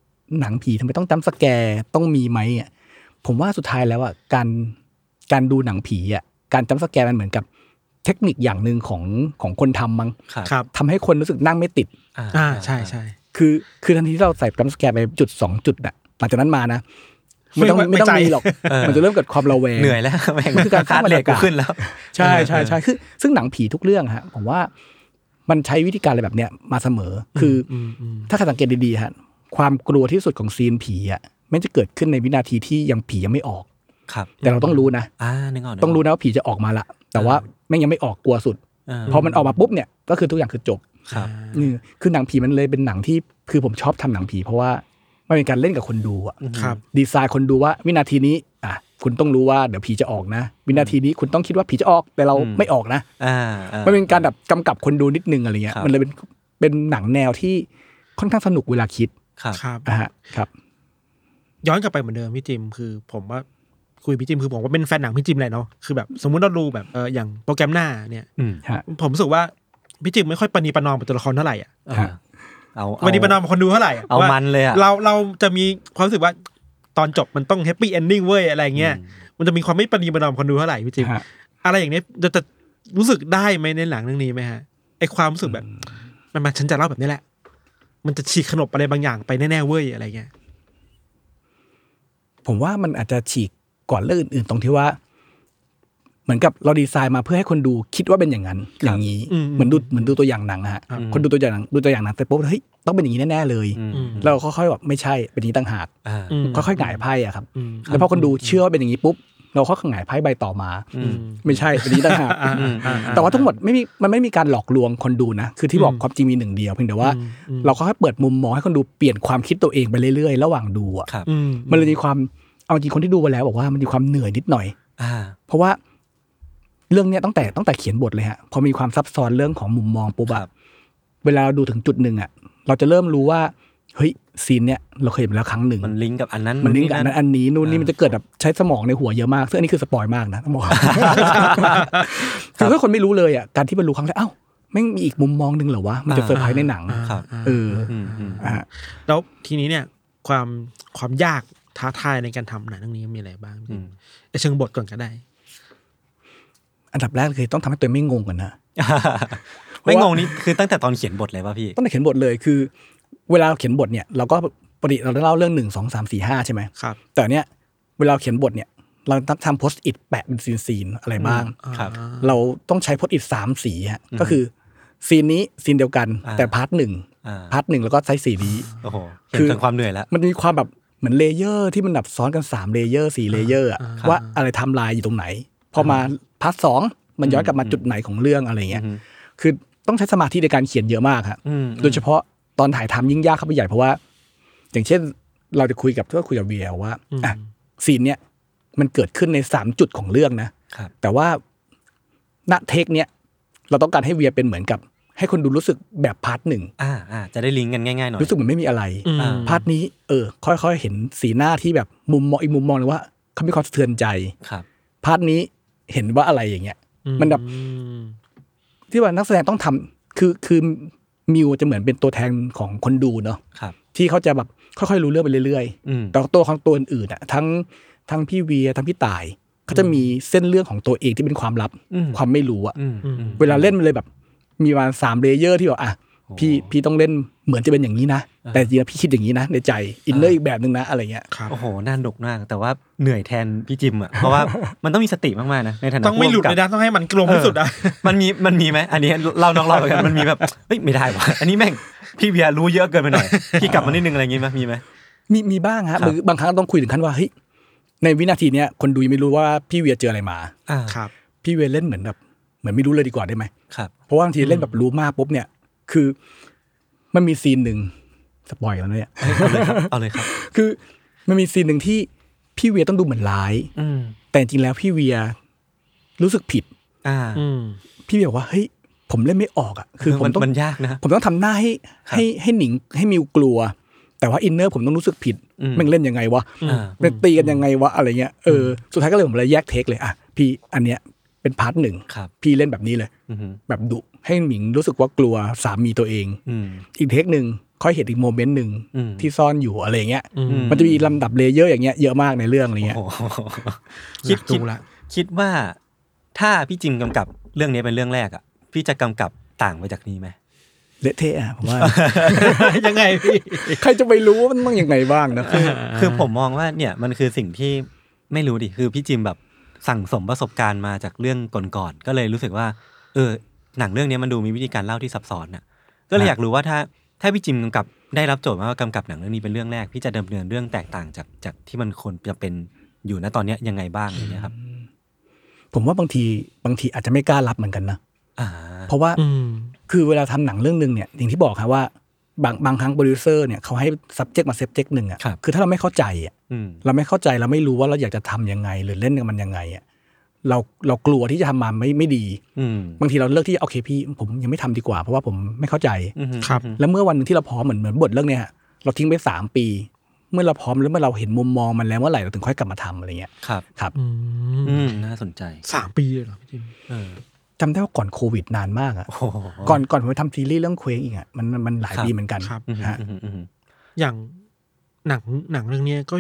หนังผีทำไมต้องจำสแกร์ต้องมีไหมอะผมว่าสุดท้ายแล้วอ่ะการการดูหนังผีอ่ะการจำสแกร์มันเหมือนกับเทคนิคอย่างหนึ่งของของคนทำมั้ง
ครับ
ทำให้คนรู้สึกนั่งไม่ติด
อ่า
อ่าใช่ใช่
คือคือทันทีที่เราใส่จำสแกร์ไปจุดสองจุดอ่ะหลังจากนั้นมานะไม่ต้อง
ไม่ไม่
ไม่ต้อง
ใจ
มีหรอกมันจะเริ่มเกิดความระแวง
เหนื่อยแล้ว แม่ง
มันคือการสร้าง
ดเรท
บรรยากาศ
กูขึ้นแล้ว
ใช่ใช่ใช่คือซึ่งหนังผีทุกเรื่องฮะผมว่ามันใช้วิธีการอะไรแบบเนี้ยมาเสมอคือ
อืมอืม
ถ้าใครสังเกตดีๆฮะความกลัวที่สุดของซีนผีอ่ะไม่จะเกิดขึ้นในวินาทีที่ยังผียังไม่ออก
ครับ
แต่เราต้องรู้นะ
อ่านึกออกนึกก
ต้องรู้นะว่าผีจะออกมาละ แต่ว่าแม่งยังไม่ออกกลัวสุด
อ่า
พอมันออกมาปุ๊บเนี่ยก็คือทุกอย่างคือจบ
ครับ
อืมคือหนังผีมันเลยเป็นหนังที่คือผมชอบทำหนังผี เพราะว่ามันเป็นการเล่นกับคนดูอะ
ครับ
ดีไซน์คนดูว่าวินาทีนี้อ่ะคุณต้องรู้ว่าเดี๋ยวผีจะออกนะ วินาทีนี้คุณต้องคิดว่าผีจะออกแต่เราไม่ออกนะ
อ่า
มั
มั
นเป็นการแบบกำกับคนดูนิดนึงอะไรเงี้ย
ครับ
มันเลยเป็นเป็นหนังแนวที่ค่อนข้างสนุกเวลาคิด
ครับ
ครับ
นะฮะครับ
ย้อนกลับไปเหมือนเดิมพี่จิมคือ ผมว่าคุยพี่จิมคือผมว่าเป็นแฟนหนังพี่จิมแหละเนาะคือแบบสมมุติเราดูแบบเอออย่างโปรแกรมหน้าเนี่ย
อืม
ฮะ
ผมรู้สึกว่าพี่จิมไม่ค่อยปณีประนอมกับตัวละครเท่าไหร่อ่ะ
เออ
ฮะ
เอา
ปณีประนอมกับคนดูเท่าไหร่ะ
เอา
ว่
มันเลยอ่ะ
เราเราจะมีความรู้สึกว่าตอนจบมันต้องแฮปปี้เอนดิ้งเว้ยอะไรเงี้ยมันจะมีความไม่ปณีประนอมกับคนดูเท่าไหร่พี่จิม
ฮะ
อะไรอย่างเนี้ยจะจะรู้สึกได้ไหมในหนังเรื่องนี้ไหมฮะไอความรู้สึกแบบมันมาฉันจะเล่าแบบนี้แหละ มันจะฉีกขนบอะไรบางอย่างไปแน่ๆเว้ยอะไรเงี้ย
ผมว่ามันอาจจะฉีกก่อนเรื่องอื่น ๆ ตรงที่ว่า เหมือนกับเราดีไซน์มาเพื่อให้คนดูคิดว่าเป็นอย่างนั้น อย่างนี้
อืม
เหมือนดูเหมือนดูตัวอย่างหนังอะฮะ
ครับ
คนดูตัวอย่างหนังดูตัวอย่างหนังเสร็จปุ๊บเฮ้ยต้องเป็นอย่างนี้แน่ๆเลย
อืม
อืม
เราค่อยๆแบบไม่ใช่เป็นอย่างนี้ต่างหาก
อ่า
ม
ค่อยๆหงายไพ่อะครับ
อืม
แล้วพอคนดูเชื่อว่าเป็นอย่างนี้ปุ๊บเราค่อยๆหงายไพ่ใบต่อมา
อืม
ไม่ใช่เป็นอย่างนี้ต่างหาก
อ่าอ่าอ่า
แต่ว่าทั้งหมดไม่มีมันไม่มีการหลอกลวงคนดูนะคือที่บอก
อืม
ความจริงมีหนึ่งเดียวเพียงแต่ว่า
อืมอืม
เราค่อยๆเปิดมุมมองให้คนดูเปลี่ยนความคิดตัวเองไปเรื่อยๆ ระหว่างดูอะ
ครับ
อื
มันเลยมีความเอาจริงคนที่ดูไปแล้วบอกว่ามันมีความเหนื่อยนิดหน่อย
อ่า
เพราะว่าเรื่องเนี้ยตั้งแต่ตั้งแต่เขียนบทเลยฮะพอมีความซับซ้อนเรื่องของมุมมองปุ๊บ
ครั
อะ
บ
เวลาเราดูถึงจุดหนึ่งอะเราจะเริ่มรู้ว่าเฮ้ยซีนเนี้ยเราเคยเห็นมาแล้วครั้งหนึ่ง
มันลิงก์กับอันนั้น
มันลิงก์กับอันนั้นอันนี้นู่นนี่
ามั
มันจะเกิดแบบใช้สมองในหัวเยอะมากซึ่งอันนี้คือสปอยล์มาก นะต้องบอกคือถ้าคนไม่รู้เลยอะการที่มันรู้ครั้งแรกเอ้าแม่งมีอีกมุมมองหนึ่งเหรอวะมันจะเซอร์ไพรส์ในหนัง
ครับ
เออ
อืมอืม
อ่ะ
แล้วทีนี้เนี่ยความความยากท้าทายในการทำหนังเรื่องนี้มีอะไรบ้าง
อืม
ไอ้เชิงบทก่อนก็ได้
อันดับแรกคือต้องทำให้ตัวเองไม่งงกันนะ
ไม่งงนี่คือตั้งแต่ตอนเขียนบทเลยป่ะพี่
ตั้งแต่เขียนบทเลยคือ เวลาเราเขียนบทเนี่ยเราก็ปกติเราจะเล่าเรื่องหนึ่งสองสามสี่ห้าใช่ไหม
ครับ
แต่เนี้ยเวลาเขียนบทเนี่ย เราต้องทำโพสต์อิดแปะเป็นซีนๆอะไรบ้าง
ครับ
เราต้องใช้โพสต์อิดสามสีฮะก็คือซีนนี้ซีนเดียวกัน
อ่า
แต่พาร์ทหนึ่ง
อ่า
พาร์ทหนึ่งแล้วก็ใช้สีนี้
โอ้โหเห็
คื
น
อ
ถึงความเหนื่อยแล้ว
มันมีความแบบเหมือนเลเยอร์ที่มันแบบซ้อนกันสามเลเยอร์สี่เลเยอร์อะว่าอะไรไทำลายอยู่ตรงไหน พอมาพาร์ทสองมันย้อนกลับมาจุดไหนของเรื่องอะไรเงี้ย
อือฮึ
คือต้องใช้สมาธิในการเขียนเยอะมากฮะ
อืม
โดยเฉพาะตอนถ่ายทำยิ่งยากเข้าไปใหญ่เพราะว่า อย่างเช่นเราจะคุยกับก็คุยกับเวียว่าอ่ะซีนเนี้ยมันเกิดขึ้นในสามจุดของเรื่องนะ
ครับ
แต่ว่าณเทคเนี้ยเราต้องการให้เวียเป็นเหมือนกับ ให้คนดูรู้สึกแบบพาร์ทหนึ่ง
อ่าอ่าจะได้ลิงก์กันง่ายๆหน่อย
รู้สึกเหมือนไม่มีอะไร
อืม
พาร์ทนี้เออ ค่อยๆเห็นสีหน้าที่แบบมุมมองอีกมุมมองเลยว่าเขามีความสะเทือนใจ
ครับ
พาร์ทนี้เห็นว่าอะไรอย่างเงี้ย มันแบบ
อืม
ที่ว่านักแสดงต้องทำคือคือมิวจะเหมือนเป็นตัวแทนของคนดูเนาะ
ครับ
ที่เขาจะแบบค่อยๆ รู้เรื่องไปเรื่อย
อืม
ๆ แต่ตัวของตัวอื่นๆอ่ะทั้งทั้งพี่เวียทั้งพี่ต่ายเขาจะมีเส้นเรื่องของตัวเองที่เป็นความลับ ความไม่รู้อะ
อืมอืม
เวลาเล่นมันเลยแบบ มีประมาณสามเลเยอร์ที่แบบอ่ะพี่พี่ต้องเล่นเหมือนจะเป็นอย่างนี้นะ แต่จริงๆแล้วพี่คิดอย่างนี้นะ ในใจอินเนอร์อีกแบบหนึ่งนะอะไรเงี้ย
ครับ
โอ้โห น่าหนกมาก แต่ว่าเหนื่อยแทนพี่จิมอ่ะ เพราะว่ามันต้องมีสติมากๆนะ ในฐานะ
ต้องไม่หลุด
ผู้กำ
เลย
กับ
นะต้องให้มันกลมที่สุดอะ
มันมี มันมีไหม อันนี้เราน้องเราเหมือนกัน มันมีแบบ เฮ้ย ไม่ได้ว่ะ อันนี้แม่ง พี่เบียร์รู้เยอะเกินไปหน่อย พี่กลับมานิดนึงอะไรอย่างงี้ไหมมีไหม
มีมีบ้างฮะ
ครับ
บางบางครั้งต้องคุยถึงขั้นว่าเฮ้ยในวินาทีเนี้ยคนดูยังไม่รู้ว่าพี่เวียเจออะไรมา
อ่า
ครับ
พี่เวียเล่นเหมือนแบบเหมือนไม่รู้เลยดีกว่าได้ไหม
ครับ
เพราะว่าบางทีเล่นแบบรู้มากปุ๊บเนี่ย คือมันมีซีนหนึ่ง สปอยแล้วเนี่ย
เอาเลยครับเอาเลยครับ
คือมันมีซีนหนึ่งที่พี่เวียต้องดูเหมือนร้าย
อืม
แต่จริงแล้วพี่เวียรู้สึกผิด
อ่า
อืม
พี่เวียบอกว่าเฮ้ยผมเล่นไม่ออกอ่ะ คือผม
น
ต้อง
มันยากนะ
ผมต้องทำหน้าให้ให้ให้หนิงให้มิวกลัว แต่ว่าอินเนอร์ผมต้องรู้สึกผิด
อืม
แมันเล่นยังไงวะ
อ่า
เป็นตีกันยังไงวะอะไรเงี้ยเออสุดท้ายก็เลยผมเลยแยกเทคเลยอ่ะพี่อันเนี้ยเป็นพาร์ทหนึ่ง
ครับ
พี่เล่นแบบนี้เลย
อืม
แบบดุให้หมิงรู้สึกว่ากลัวสามีตัวเอง
อืม
อีกเทคหนึ่งค่อยเห็นอีกโมเมนต์หนึ่ง
อืม
ที่ซ่อนอยู่อะไรเงี้ย
อืม
มันจะมีลำดับเลเยอร์อย่างเงี้ยเยอะมากในเรื่องอะไรเงี้ย
โอ้โห
คิ
คิ
ด
ด
ดู
คิด
ละ
คิดว่า ถ้าพี่จิมกำกับเรื่องนี้เป็นเรื่องแรกอ่ะ พี่จะกำกับต่างไปจากนี้ไหม
เละเทะอะผม ว่า
ยังไงพี่
ใครจะไปรู้ว่ามันต้องยังไงบ้างนะคือ
คือผมมองว่าเนี่ยมันคือสิ่งที่ไม่รู้ดิคือพี่จิมแบบสั่งสมประสบการณ์มาจากเรื่องก่อนๆก็เลยรู้สึกว่า เออ หนังเรื่องนี้มันดูมีวิธีการเล่าที่ซับซ้อนน่ะ ก็เลยอยากรู้ว่าถ้าถ้าพี่จิมกำกับได้รับโจทย์มาว่ากำกับหนังเรื่องนี้เป็นเรื่องแรกพี่จะดำเนินเรื่องแตกต่างจากจากที่มันควรจะเป็นอยู่ณตอนเนี้ยยังไงบ้างอย่างเงี้ยครับ
ผมว่าบางทีบางทีอาจจะไม่กล้ารับเหมือนกันนะ
อ่า
เพราะว่า
อืม
คือเวลาทำหนังเรื่องหนึงเนี่ยอย่างที่บอกครับว่าบางบางครั้งโปรดิวเซอร์เนี่ยเขาให้ subject มา subject หนึ่งอะ
ครับ
คือถ้าเราไม่เข้าใจอะ
อืม
เราไม่เข้าใจเราไม่รู้ว่าเราอยากจะทำยังไง หรือเล่นกับมันยังไงอะเราเรากลัวที่จะทำมาไม่ไม่ดี
อืม
บางทีเราเลือกที่จะโอเคพี่ผมยังไม่ทำดีกว่า เพราะว่าผมไม่เข้าใจ
อืม
ครับ
แล้วเมื่อวันหนึ่งที่เราพร้อมเหมือนเหมือนบทเรื่องเนี้ยฮะเราทิ้งไปสามปี เมื่อเราพร้อมแล้วเมื่อเราเห็นมุมมองมันแล้วเมื่อไหร่เราถึงค่อยกลับมาทำอะไรเงี้ย
ครับ
ครับ
อืม
อืมน่าสนใจ
สามปีเลยเหรอพี่จิม
เออ
จำได้ว่าก่อนโควิดนานมากอะ
โอ้โห
ก่อนก่อนผมไปทำซีรีส์เรื่องเคว้งอีกอะมันมันหลายปีเหมือนกัน
ครับ
อืม
ฮะ
อืมอืม
อย่างหนังหนังเรื่องเนี้ยก็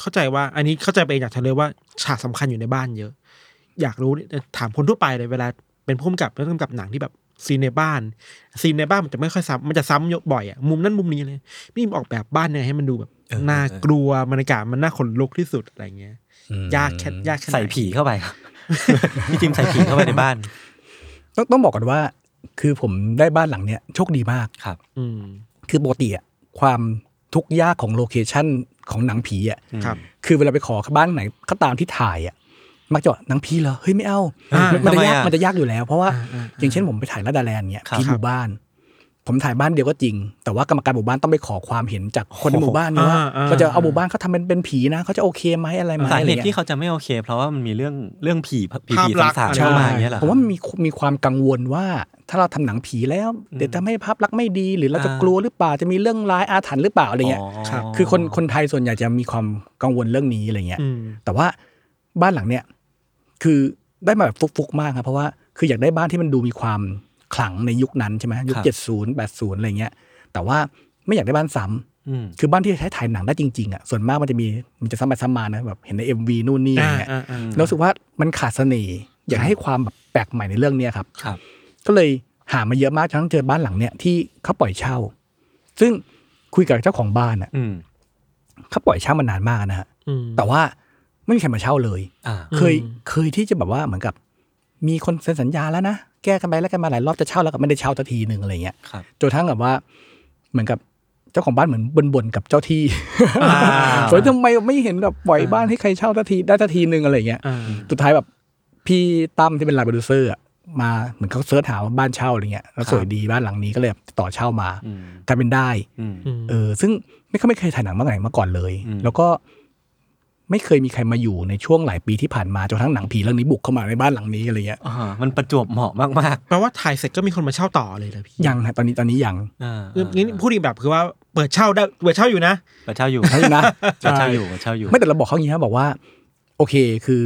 เข้าใจว่า อันนี้เข้าใจไปเองจากเธอเลยว่าฉากสำคัญอยู่ในบ้านเยอะ อยากรู้ถามคนทั่วไปเลยเวลาเป็นผู้กำกับเป็นผู้กำกับหนังที่แบบซีนในบ้านซีนในบ้านมันจะไม่ค่อยซ้ำมันจะซ้ำเยอะบ่อยอะมุมนั้นมุมนี้เลยนี่ออกแบบบ้านยังไงให้มันดูแบบน่ากลัวบรรยากาศมันน่าขนลุกที่สุดอะไรเงี้ย ยากแค่ยากแค่ไหน
ใส่ผีเข้าไปครับ พี่จิมใส่ผีเข้าไปในบ้าน
ต้องต้องบอกก่อนว่า คือผมได้บ้านหลังเนี้ยโชคดีมาก
ครับ
อืม
คือปกติอะความทุกข์ยากของโลเคชั่นของหนังผีอะ
อืม
ครับ
คือเวลาไปขอบ้านไหนก็ตามที่ถ่ายอะมักจะบอกหนังผีเหรอเฮ้ยไม่เอา
อ่ามั
มันจะ
ทำไม
ยาก
อะ
มันจะยากอยู่แล้วเพราะว่า
อ่าอ่า
อย่างเช่นผมไปถ่ายลาดดาแลนด์เนี่ย
ครับ
ผีหมู่บ้าน ผมถ่ายบ้านเดียวก็จริง แต่ว่ากรรมการหมู่บ้านต้องไปขอความเห็นจากคนในหมู่บ้านนะว่า
อ่าอ่า
เขาจะเอาหมู่บ้านเขาทำเป็นเป็นผีนะเขาจะโอเคไหมอะไรไหม
สา
อะไร
เหตุ
เงี้
ที่
ย
เขาจะไม่โอเค เพราะว่ามันมีเรื่องเรื่องผีผี
ภาพ
ผี
ลักษณ์
สางๆ
ใช่
เข้ามาอย่างเงี้ยเหรอ
ผมว่ามันมีมีความกังวลว่า ถ้าเราทำหนังผีแล้ว เดี๋ยวจะไม่ภาพลักษณ์ไม่ดี หรือเราจะ
อ่าก
ลัวหรือเปล่าจะมีเรื่องร้ายอาถรรพ์หรือเปล่าอะไรเงี้ย
อ๋อครับ
คือคนคนไทยส่วนใหญ่จะมีความกังวลเรื่องนี้อะไรเงี้ย
อืม
แต่ว่าบ้านหลังเนี่ยคือได้มาแบบฟุกๆมากครับเพราะว่าคืออยากได้บ้านที่มันดูมีความขลังในยุคนั้นใช่ไหมยุค
ครับ
เจ็ดศูนย์แปดศูนย์อะไรเงี้ย แต่ว่าไม่อยากได้บ้านซ้ำ
อืม
คือบ้านที่ใช้ถ่ายหนังได้จริงๆอ่ะส่วนมากมันจะมีมันจะซ้ำไปซ้ำมานะแบบเห็นใน MV นู่นนี่อะไรเงี้ย
อ่าอ่าอ่า
แล้วรู้สึกว่ามันขาดเสน่ห์อยากให้ความแบบแปลกใหม่ในเรื่องเนี้ยครับ
ครับ
ก็เลยหามาเยอะมากทั้งเจอบ้านหลังเนี่ยที่เขาปล่อยเช่า ซึ่งคุยกับเจ้าของบ้านอ่ะ
อืม
เขาปล่อยเช่ามานานมากนะฮะ
อืม
แต่ว่าไม่มีใครมาเช่าเลย
อ่า
เคย
อืม
เคยที่จะแบบว่าเหมือนกับ มีคนเซ็นสัญญาแล้วนะ แก้กันไปแล้วกันมาหลายรอบจะเช่าแล้วก็ไม่ได้เช่าสักทีหนึ่งอะไรเงี้ย
ครับ
จนกระทั้งแบบว่า เหมือนกับเจ้าของบ้านเหมือนบ่นๆกับเจ้าที่
อ่า
สวยทำไมไม่ เห็นแบบปล่อยบ้านให้ใครเช่าสักทีได้สักทีหนึ่งอะไรเงี้ย
อ่า
สุดท้ายแบบพี่ตั้มที่เป็นไลน์โปรดิวเซอร์อะมาเหมือนเขาเซิร์ชหาว่าบ้านเช่าอะไรเงี้ยแล้วสวยดีบ้านหลังนี้ก็เลยแบบติดต่อเช่ามา
อืม
กลายเป็นได้
อืม
อืม
เออซึ่งไม่เขาไม่เคยถ่ายหนังเมื่อไหร่มาก่อนเลย
อืม
แล้วก็ไม่เคยมีใครมาอยู่ในช่วงหลายปีที่ผ่านมาจนกระทั้งหนังผีเรื่องนี้บุกเข้ามาในบ้านหลังนี้อะไรเงี้ย
อ่ามันประจวบเหมาะมาก
แปลว่าถ่ายเสร็จก็มีคนมาเช่าต่อเลยเหรอพี่
ยังฮะตอนนี้ตอนนี้ยัง
ๆอ่า
คือนี่พูดอีกแบบคือว่าเปิดเช่าได้เปิดเช่าอยู่นะ
กระเช่าอยู่
เท่านี้ นะ
กระเช่าอยู่กระเช่าอยู่
ไม่แต่เราบอกเขาอย่างนี้นะบอกว่า โอเคคือ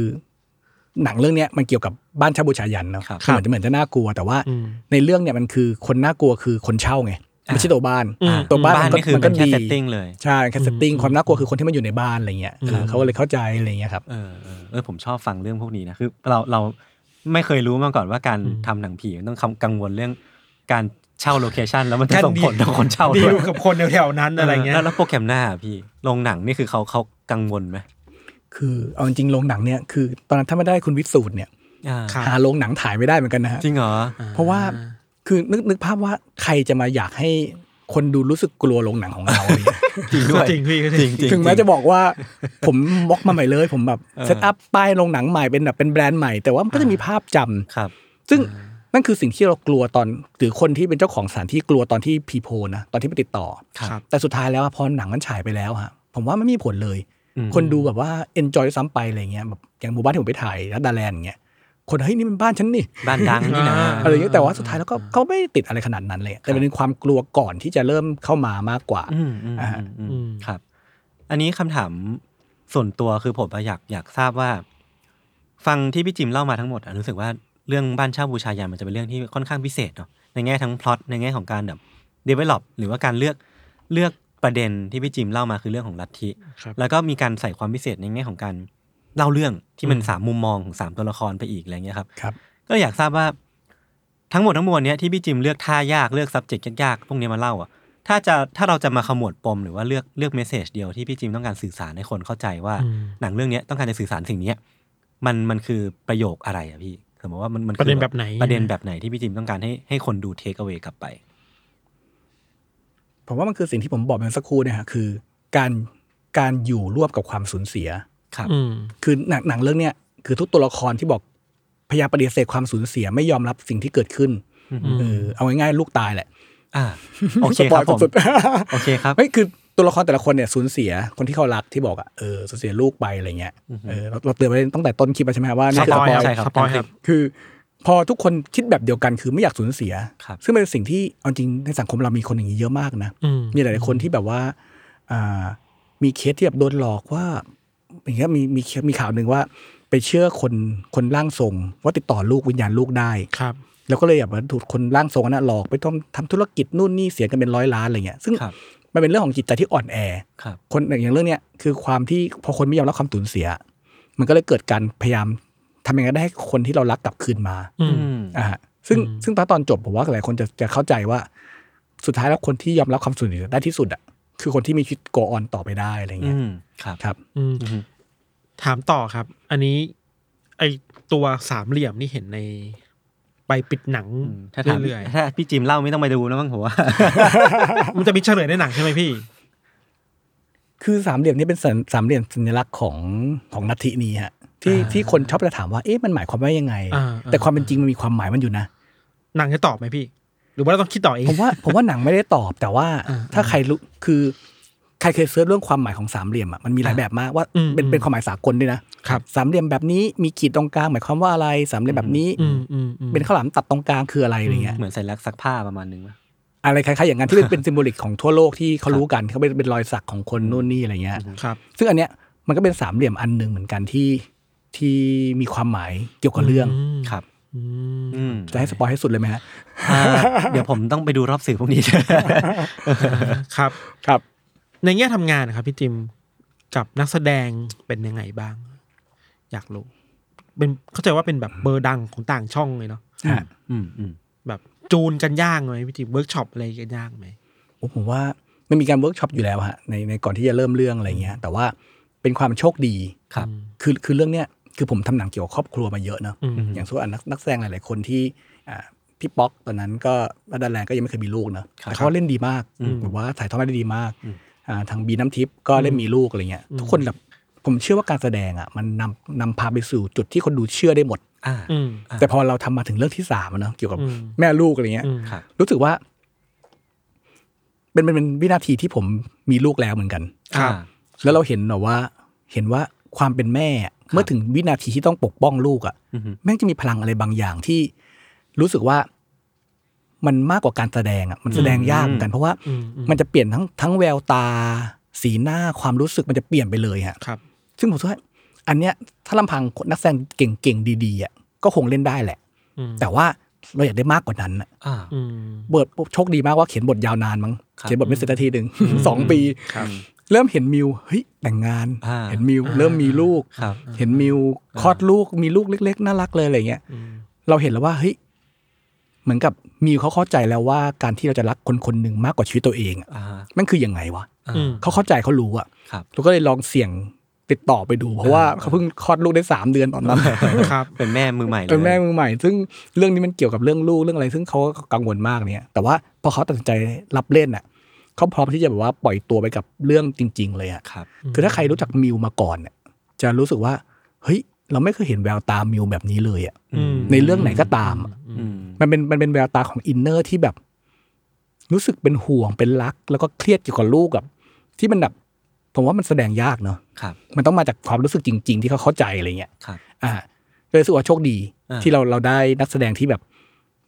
หนังเรื่องเนี้ยมันเกี่ยวกับบ้านเช่าบูชายันเนาะ
ครับ
เหมือนจะเหมือนจะน่ากลัว แต่ว่า
อืม
ในเรื่องเนี่ยมันคือคนน่ากลัวคือคนเช่าไงไม่ใช่ตัวบ้าน
อืม
ตัวบ้าน
บ้าน
มันก็
นี่คือ
มัน
เป็
ก็
นแค่
ดี
เซตติ้งเลย
ใช่แคสติ้งความน่ากลัวคือคนที่มาอยู่ในบ้านอะไรเงี้ยเออเขาก็เลยเข้าใจอะไรเงี้ยครับ
เออเออเออผมชอบฟังเรื่องพวกนี้นะคือเราเราไม่เคยรู้มาก่อนว่าการทำหนังผีมันต้องคำกังวลเรื่องการเช่าโลเคชันแล้วมันจะส่งผลต่อคนเช่า
ดี
ด้วย
ลกับคนแถวๆนั้นอะไรเงี้ย
แล้วแล้วโปรแกรมหน้าอะพี่โรงหนังนี่คือเขาเขากังวลไหม
คือเอาจริงๆโรงหนังเนี่ยคือตอนนั้นถ้าไม่ได้คุณวิสูตรเนี่ย
อ่า
ครับ
หาโรงหนังถ่ายไม่ได้เหมือนกันนะฮะ
จริงเหรอ
เพราะว่า คือนึกนึกภาพว่าใครจะมาอยากให้คนดูรู้สึกกลัวโรงหนังของเราอะไรเงี้ย
จริงด้วย
ก็จริงพี่ก็
จ
จริ
ริง
ง
จริง
ถึงแม้จะบอกว่า ผมมอกมาใหม่เลย ผมแบบเซตอัพป้ายโรงหนังใหม่เป็นแบบเป็นแบรนด์ใหม่แต่ว่ามันก็จะมีภาพจำ
ครับ
ซึ่ง นั่นคือสิ่งที่เรากลัวตอนหรือคนที่เป็นเจ้าของสถานที่กลัวตอนที่พีโพนะตอนที่ไปติดต่อ
ครับ
แต่สุดท้ายแล้วอะพอหนังมันฉายไปแล้วฮะผมว่าไม่มีผลเลย
อืม
คนดูแบบว่า enjoy ซ้ำไปอะไรเงี้ยแบบอย่างหมู่บ้านที่ผมไปถ่ายรัตดาแลนด์อย่างเงี้ยคนเฮ้ยนี่มันบ้านฉันนี่
บ้านดังนี่นะ
อ่า
อะไรเงี้ยแต่ว่าสุดท้ายแล้วก็เขาไม่ติดอะไรขนาดนั้นเลย
ค
แต่
รับ
มันเป็นความกลัวก่อนที่จะเริ่มเข้ามามากกว่า
อืมอืม
อ่า
อืมอืม
อืม
ครับ อันนี้คำถามส่วนตัวคือผมอะอยากอยากทราบว่า ฟังที่พี่จิมเล่ามาทั้งหมดอะรู้สึกว่าเรื่องบ้านเช่าบูชายันมันจะเป็นเรื่องที่ค่อนข้างพิเศษเนาะในแง่ทั้งพล็อตในแง่ของการแบบ develop หรือว่าการเลือกเลือกประเด็นที่พี่จิมเล่ามาคือเรื่องของลัทธิ
ครับ
แล้วก็มีการใส่ความพิเศษในแง่ของการเล่าเรื่องที่มัน
อืม
สามมุมมองของสามตัวละครไปอีกอะไรเงี้ยครับ
ครับ
ก็เลยอยากทราบว่าทั้งหมดทั้งมวลเนี้ยที่พี่จิมเลือกท่ายากเลือก subject ยากๆพวกเนี้ยมาเล่าอ่ะถ้าจะถ้าเราจะมาขมวดปมหรือว่าเลือกเลือกเมสเซจเดียวที่พี่จิมต้องการสื่อสารให้คนเข้าใจว่า
อืม
หนังเรื่องเนี้ยต้องการจะสื่อสารสิ่งเนี้ยมันมันคือประโยคอะไรอะพี่สมมติว่ามันมันคือ
ประเด็นแบบไหน
ประเด็นแบบไหนที่พี่จิมต้องการให้ให้คนดูเทคเอาไว้กลับไป
ผมว่ามันคือสิ่งที่ผมบอกไปเมื่อสักครู่เนี่ยฮะคือ การการอยู่ร่วมกับความสูญเสีย
ครับ
อืม
คือหนังหนังเรื่องเนี้ยคือทุกตัวละครที่บอกพยายามปฏิเสธความสูญเสียไม่ยอมรับสิ่งที่เกิดขึ้น
อืม
เออเอาง่ายๆลูกตายแหละ
อ่าโอเค
สป
ค
อ
รับ
ยล์
ผม
สุด
โอเคครับ
ๆเฮ้ยคือตัวละครแต่ละคนเนี่ยสูญเสียคนที่เขารักที่บอกอ่ะเออสูญเสียลูกไปอะไรเงี้ย
อือฮึ
เออเราเราเตือนไปตั้งแต่ต้นคลิปแล้วใช่ไหมฮะว่านี่คือ
สป
ส
อ
ป
ย
อ
ล์
ยล์
ใช่
ครับ
สปอยล์ครับ
คือพอทุกคนคิดแบบเดียวกันคือไม่อยากสูญเสีย
ครับ
ซึ่งเป็นสิ่งที่เอาจริงในสังคมเรามีคนอย่างนี้เยอะมากนะ
อืม
มีหลายๆคนที่แบบว่าอ่ามีเคสที่แบบโดนหลอกว่าอย่างเงี้ยมีมีเคสมีข่าวหนึ่งว่า ไปเชื่อคนคนร่างทรงว่าติดต่อลูกวิญญาณลูกได้
ครับ
แล้วก็เลยแบบว่าถูกคนร่างทรงนั้นนะหลอกไปทำทำธุรกิจนู่นนี่เสียกันเป็นร้อยล้านอะไรเงี้ยซึ่ง
ครับ
มันเป็นเรื่องของจิตใจที่อ่อนแอ
ครับ
คนอย่างเรื่องเนี้ยคือความที่พอคนไม่ยอมรับความสูญเสีย มันก็เลยเกิดการพยายามทำยังไงได้ให้คนที่เรารักกลับคืนมา
อืม
ม
อ่าฮะซึ่ง
อืม
ซึ่งตอนตอนจบผมว่าหลายคนจะจะเข้าใจว่า สุดท้ายแล้วคนที่ยอมรับความสูญเสียได้ที่สุดอ่ะคือคนที่มีชีวิตโกออนต่อไปได้อะไร
อื
เงี้ย
มครับ
ครับ
อืม
อืม
ถามต่อครับ อันนี้ ไอตัวสามเหลี่ยมนี่เห็นใน ไปปิดหนัง
อืมถ้าถาม
เรื่อย
ถ้าพี่จิมเล่าไม่ต้องไปดูแล้วมั้งผมว่า
ๆมันจะมีเฉลยในหนังใช่ไหมพี่
คือสามเหลี่ยมนี่เป็นสัญสามเหลี่ยมสัญลักษณ์ของของนัทธินี้ฮะที่
อ่า
ที่คนชอบจะถามว่าเอ๊ะมันหมายความว่ายังไง
อ่า
แต่ความเป็นจริงมันมีความหมายมันอยู่นะ
หนังจะตอบไหมพี่ หรือว่าเราต้องคิดต่อเอง
ผมว่าผมว่าหนังไม่ได้ตอบแต่ว่า
อ่า
ถ้าใครรู้คือใครเคยเซิร์ชเรื่องความหมายของสามเหลี่ยมอ่ะมันมีหลายแบบมากว่า
อืม
เป็น
อืม
เป็นความหมายสากลด้วยนะครับ สามเหลี่ยมแบบนี้มีขีดตรงกลางหมายความว่าอะไรสามเหลี่ยมแบบนี้
อืมอืมอืม
เป็นข้าวหลามตัดตรงกลางคืออะไรอะไรเงี้ย
เหมือนใส่ลักซักผ้าประมาณนึงป่ะ
อะไรคล้ายๆอย่างนั้นที่เป็นเป็นซิมโบลิกของทั่วโลกที่เขา
ครับ
รู้กันเขาเป็นเป็นรอยสักของคนนู่นนี่อะไรเงี้ย
ครับ
ซึ่งอันเนี้ยมันก็เป็นสามเหลี่ยมอันหนึ่งเหมือนกันที่ที่มีความหมายเกี่ยวกับเรื่อง
ม
ครับ
อืม
อืม
จะให้สปอยให้สุดเลยไหมฮะ
อ่าเดี๋ยวผมต้องไปดูรอบสื่อพว กนี้
ครับ
ครับ
ในแง่ทำงานนะครับพี่จิมกับนักแสดงเป็นยังไงบ้าง อยากรู้ เป็นเข้าใจว่าเป็นแบบเบอร์ดังของต่างช่องเลยเนาะ
อืมอืม
แบบจูนกันยากไหมพี่จิมเวิร์กช็อปอะไรกันยากไหม
โอ้ผมว่ามันมีการเวิร์กช็อปอยู่แล้วฮะในในก่อนที่จะเริ่มเรื่องอะไรเงี้ย แต่ว่าเป็นความโชคดี
ครับ
คือคือเรื่องเนี้ยคือผมทำหนังเกี่ยวกับครอบครัวมาเยอะเนาะ
อืม
อย่างส่วนนักนักแสดงหลาย ๆ คนที่อ่าพี่ป๊อกตอนนั้นก็รัดดาแลนด์ก็ยังไม่เคยมีลูกเนาะ
ครับ
แต่เขาก็เล่นดีมาก
อืม
แบบว่าถ่ายทอดได้ดีมาก
อืม
อ่าทางบีน้ำทิพย์ก็เล่นมีลูกอะไรเงี้ยทุกคนแบบผมเชื่อว่าการแสดงอ่ะมันนำนำพาไปสู่จุดที่คนดูเชื่อได้หมด
อ่า
อืม
อ่ะ
แต่พอเราทำมาถึงเรื่องที่สามอะเนาะเกี่ยวกับ
อืม
แม่ลูกอะไรเงี้ย
อืม
ครับ
รู้สึกว่า เป็นเป็นเป็นวินาทีที่ผมมีลูกแล้วเหมือนกัน
ครับ
แล้วเราเห็นแบบว่า เห็นว่าความเป็นแม่อะเมื่อถึงวินาทีที่ต้องปกป้องลูกอะ่ะ
อือฮึ
แม่งจะมีพลังอะไรบางอย่างที่รู้สึกว่ามันมากกว่าการแสดงอะ่ะ มันแสดงยากเหมือนกันเพราะว่า
อืมอืม
มันจะเปลี่ยนทั้งทั้งแววตา สีหน้าความรู้สึกมันจะเปลี่ยนไปเลยฮะ
ครับ
ซึ่งผมว่าอันเนี้ย ถ้าลำพังนักแสดงเก่งๆดีๆอะ่ะก็คงเล่นได้แหละ
อืม
แต่ว่าเราอยากได้มากกว่านั้นอะ
อ่า
อืม
เบิร์ดโชคดีมากว่าเขียนบทยาวนานมั้ง
ครับ
เขียนบทไม่เสร็จนาทีหนึ่ง สองปี
ครับ
เริ่มเห็นมิวเฮ้ยแต่งงาน
อ่า
เห็นมิวเริ่มมีลูก
ครับ
เห็นมิวคลอดลูกมีลูกเล็ก ๆ น่ารักเลยอะไรเงี้ย
อืม
เราเห็นแล้วว่าเฮ้ยเหมือนกับมิวเขาเข้าใจแล้วว่าการที่เราจะรักคนคนหนึ่งมากกว่าชีวิตตัวเองอะ
อ่า
มันคือยังไงวะ
อ่า
อืม
เขาเข้าใจเขารู้อะ
ครับ
เราก็เลยลองเสี่ยงติดต่อไปดู เพราะว่าเขาเพิ่งคลอดลูกได้สามเดือนตอนนั้น
ครับ
เป็นแม่มือใหม่เลย
เป็นแม่มือใหม่ ซึ่งเรื่องนี้มันเกี่ยวกับเรื่องลูกเรื่องอะไร ซึ่งเขาก็กังวลมากเนี่ย แต่ว่าพอเขาตัดสินใจรับเล่นอ่ะเขาพร้อมที่จะแบบว่าปล่อยตัวไปกับเรื่องจริง ๆ เลยอ่ะ
ครับ
คือถ้าใครรู้จักมิวมาก่อนเนี่ยจะรู้สึกว่า เฮ้ย เราไม่เคยเห็นแววตามิวแบบนี้เลยอะ
อืม
ในเรื่องไหนก็ตามอะ
อื
อืม
มันเป็นมันเป็นแววตาของอินเนอร์ที่แบบ รู้สึกเป็นห่วงเป็นรัก แล้วก็เครียดเกี่ยวกับลูกแบบที่มันแบบผมว่ามันแสดงยากเนาะ
ครับ
มันต้องมาจากความรู้สึกจริง ๆ ที่เขาเข้าใจอะไรเงี้ย
ครับ
อ่าก็เลยรู้สึกว่าโชคดี
อ่า
ที่เราเราได้นักแสดงที่แบบ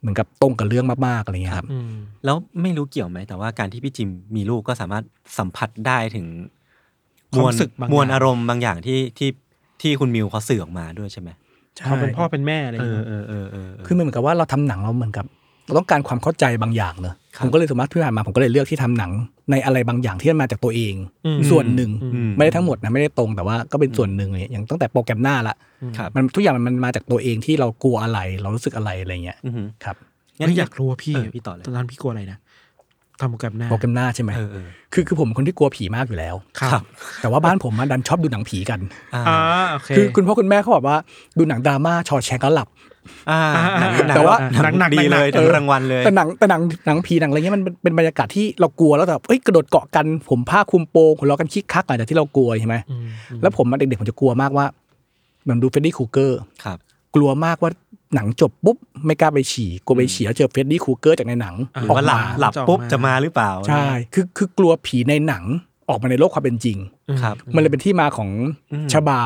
เหมือนกับตรงกับเรื่องมากๆอะไรเงี้ยครับ
อืม
แล้วไม่รู้เกี่ยวไหม แต่ว่าการที่พี่จิมมีลูกก็สามารถสัมผัสได้ถึง
ความรู้สึกบางอย่าง
มวลอารมณ์บางอย่างที่ที่ที่คุณมิวเขาสื่อออกมาด้วยใช่ไหม
เขาเป็นพ่อเป็นแม่อะไรอย่างเงี้ย
เออเออเออเออ
คือมันเหมือนกับว่าเราทำหนังเราเหมือนกับเราต้องการความเข้าใจบางอย่างเนอะ
ครั
ผ
บ
มก็เลยสมมติที่ผ่านมาผมก็เลยเลือกที่ทำหนังในอะไรบางอย่างที่มันมาจากตัวเอง
อืม
ส่วนหนึ่ง
อืม
ไม่ได้ทั้งหมดนะไม่ได้ตรงแต่ว่าก็เป็นส่วนหนึ่งเลยอย่างตั้งแต่โปรแกรมหน้าละ
ครับ
มันทุกอย่างมันมาจากตัวเองที่เรากลัวอะไร เรารู้สึกอะไรอะไรเงี้ย
อือหือ
ครับ
งั้
เฮ้
น
ยอ
อาย
ยาก กรู้ว่าพี่
เออพี่ต่อเลย
ตอนนั้นพี่กลัวอะไรนะทำโปรแกรมหน้า
โปรแกรมหน้าใช่ไหม
เออเออ
คือคือผมเป็นคนที่กลัวผีมากอยู่แล้ว
ครับ
แต่ว่าบ้านผมอะดันชอบดูหนังผีกัน
อ่า
อ่าโอเค
คือคุณพ่อคุณแม่เขาบอกว่าดูหนังดราม่าชอแชงก็หลับ
อ่า
อ่า
หนังหนัง
แต่ว่า
หนัง
หนักๆ
ดีเลย
หนักๆ
ถึง
ออ
รางวัลเลย
แต่หนังแต่หนังหนังผีหนังอะไรเงี้ยมันเป็นเป็นบรรยากาศที่เรากลัวแล้วแบบเอ้ยกระโดดเกาะกันผมผ้าคลุมโปงหัวเราะกันคิกคักอาจจะที่เรากลัวใช่ไหม
อืมอืม
แล้วผมมาเด็กๆผมจะกลัวมากว่าเหมือนดูเฟรดดี้ครูเกอร์
ครับ
กลัวมากว่าหนังจบปุ๊บไม่กล้าไปฉี่กลัวไปฉี่แล้วเจอเฟรดดี้ครูเกอร์จากในหนัง
อ่า
หรือ
ออก
ว่าหลับ
มา
หลับ
จะออก
ปุ๊บ
มา
จะมาหรือเปล่า
ใช่คือคือกลัวผีในหนังออกมาในโลกความเป็นจริง
ครับ
มันเลยเป็นที่มาของ
อืม
ชบา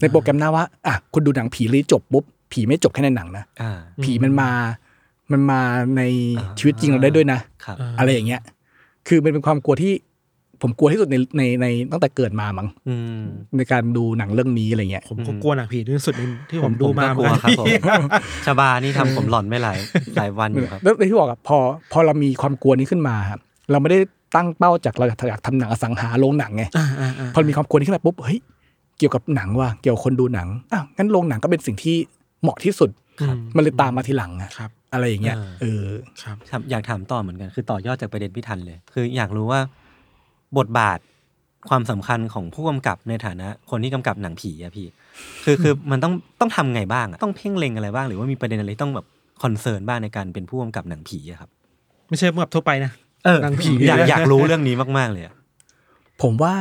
ในโปรแกรมหน้าว่าอ่ะคุณดูหนังผีหรือจบปุ๊บผีไม่จบแค่ในหนังนะ
อ่า
ผีมันมามันมาใน
อ่า
ชีวิตจริงเราได้ด้วยนะ
ครับ
า
อะไรอย่างเงี้ย คือมันเป็นความกลัวที่ผมกลัวที่สุดในในในตั้งแต่เกิดมามั้ง
อืม
ในการดูหนังเรื่องนี้อะไรเงี้ย
ผมก็กลัวหนังผีที่สุดในที่ผมดูมา
ผก็กลัวครับผมชบานี่ทำผมหลอนไม่หล ายหลายวันอยู่ครับ
แล้วที่บอกอะพอพอเรามีความกลัวนี้ขึ้นมาครับเราไม่ได้ตั้งเป้าจากเราอยากทำหนังอสังหาโรงหนังไง
อ่าอ่าอ่า
พอมีความกลัวนี้ขึ้นมาปุ๊บเฮ้ยเกี่ยวกับหนังว่ะเกี่ยวกับคนดูหนังอ้าวงั้นโรงหนังก็เป็นสิ่งที่เหมาะที่สุด
อื
มันเลยตามมาทีหลังอะ
ครับ
อะไรอย่างเงี้ย
อ่า
เออ
ครับ
ครับอยากถามต่อเหมือนกัน คือต่อยอดจากประเด็นพี่ทันเลย คืออยากรู้ว่าบทบาทความสำคัญของผู้กำกับในฐานะ คนที่กำกับหนังผีอะพี่ คือ คือมันต้องต้องทำไงบ้างอะต้องเพ่งเล็งอะไรบ้าง หรือว่ามีประเด็นอะไรที่ต้องแบบคอนเซิร์นบ้างในการเป็นผู้กำกับหนังผีอะครับ
ไม่ใช่เหมือนกับทั่วไปนะ
เออ
หนังผี
อยากอยากรู้เรื่องนี้มาก ๆ เลยอะ
ผมว่า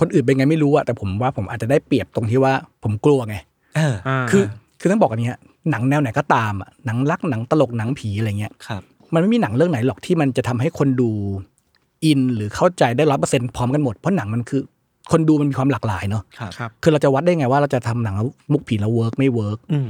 คนอื่นเป็นไงไม่รู้อะแต่ผมว่าผมอาจจะได้เปรียบตรงที่ว่าผมกลัวไง
เออ
อ่า
คือคือต้องบอกอันนี้ฮะหนังแนวไหนก็ตามอ่ะหนังรักหนังตลกหนังผีอะไรเงี้ย
ครับ
มันไม่มีหนังเรื่องไหนหรอกที่มันจะทำให้คนดูอินหรือเข้าใจได้ร้อเปอร์เซ็นพร้อมกันหมดเพราะหนังมันคือ คนดูมันมีความหลากหลายเนาะ
ครับ
ครับ
คือเราจะวัดได้ไงว่าเราจะทำหนังแล้วมุกผีแล้วเวิร์กไม่เวิร์ก
อืม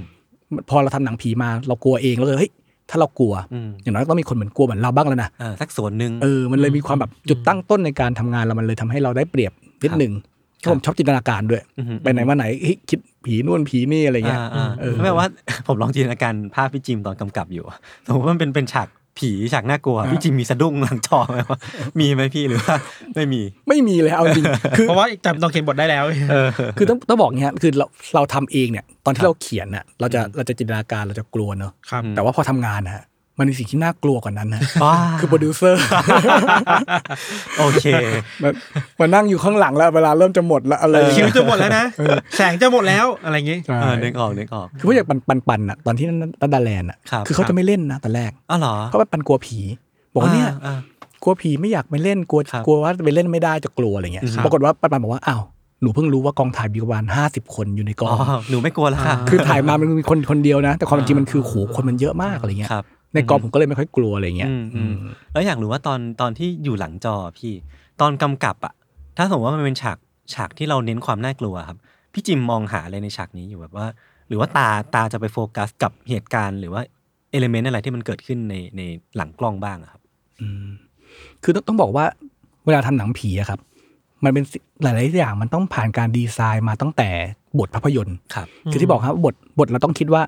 พอเราทำหนังผีมาเรากลัวเองแล้วเลยเฮ้ยถ้าเรากลัว
อืม
อย่างน้อยก็ต้องมีคนเหมือนกลัวเหมือนเราบ้างแล้วนะ
เออสักส่วนหนึ่ง
เออมันเลยมีความแบบจุดตั้งต้นในการทำงานเรามันเลยทำให้เราได้เปรียบนิ
ค
ด
รับ
หนึ่งเพราะผมชอบจินตนาการด้วย
อือฮึ
ไปไหนมาไหนเฮ้ยคิดผีนู่นผีนี่อะไรเงี้ย
อ่า
เออ
ๆไม่ว่า ผมลองจินตนาการภาพพี่จิมตอนกำกับอยู่อะสมมติว่ามันเป็นเป็นฉากผีฉากน่ากลัว พี่จิมมีสะ ดุ้งหลังจอไหมว่า มีไหมพี่หรือว่า ไม่ มี
ไม่มีเลยเอาจริงๆคือ
เพราะว่าจำตอนเขียนบทได้แล้ว
เออ
คือต้องต้องบอกอย่างเงี้ยคือเราเราทำเองเนี่ยตอน
ครั
ที่
บ
เราเขียนน่ะเราจะเราจะจินตนาการเราจะกลัวเนอะ
ครับ
แต่ว่าพอทำงานนะฮะมันมีสิ่งที่น่ากลัวกว่านั้น นะ
ว้า
คือโปรดิวเซอร์
โอเค
มันมันนั่งอยู่ข้างหลังแล้วเวลาเริ่มจะหมดแล้วอะไรอย่าง
คิว
เงี้ย
จะหมดแล้วนะ แสงจะหมดแล้วอะไรอย่างงี้
ใช่
เออนึกออกนึกออก
คือพวกอย่างปันปันปันอ่ะตอนที่นัดดาแลนด์อ่ะ
ครับ
คือเขาจะไม่เล่นนะตอนแรก
อ๋อเหรอ
เพราะว่าปันกลัวผี บอกว่าเนี่ย
อ่า
กลัวผีไม่อยากไปเล่นกลัว
ครับ
กลัวว่าไปเล่นไม่ได้จะกลัวอะไรเงี้ย
ครับ
ปรากฏว่าปันปันบอกว่าอ้าวหนูเพิ่งรู้ว่ากองถ่ายมีประมาณห้าสิบคนอยู่ในก
ๆ
อ
อ๋อง หนูไม่กลัวแล้วค่ะ
คือถ่ายมามันมีคนคนเดียวนะ แต่ความจริงมันคือโหคนมันเยอะมากอะไรเงี้ย
ครับ
ในกองผมก็เลยไม่ค่อยกลัวอะไรเงี้ย
อืมอืมแล้วอยากรู้ว่าตอนตอนที่อยู่หลังจอพี่ ตอนกำกับอะถ้าสมมติว่ามันเป็นฉากฉากที่เราเน้นความน่ากลัวครับ พี่จิมมองหาอะไรในฉากนี้อยู่แบบว่า หรือว่าตาตาจะไปโฟกัสกับเหตุการณ์ หรือว่าเอลเมนต์อะไรที่มันเกิดขึ้นในในหลังกล้องบ้างอะครับ
คือต้องต้องบอกว่าเวลาทำหนังผีอะครับ มันเป็นสิหลายๆอย่างมันต้องผ่านการดีไซน์มาตั้งแต่บทภาพยนตร์
ครับ
คือที่บอกครับบทบทเราต้องคิดว่า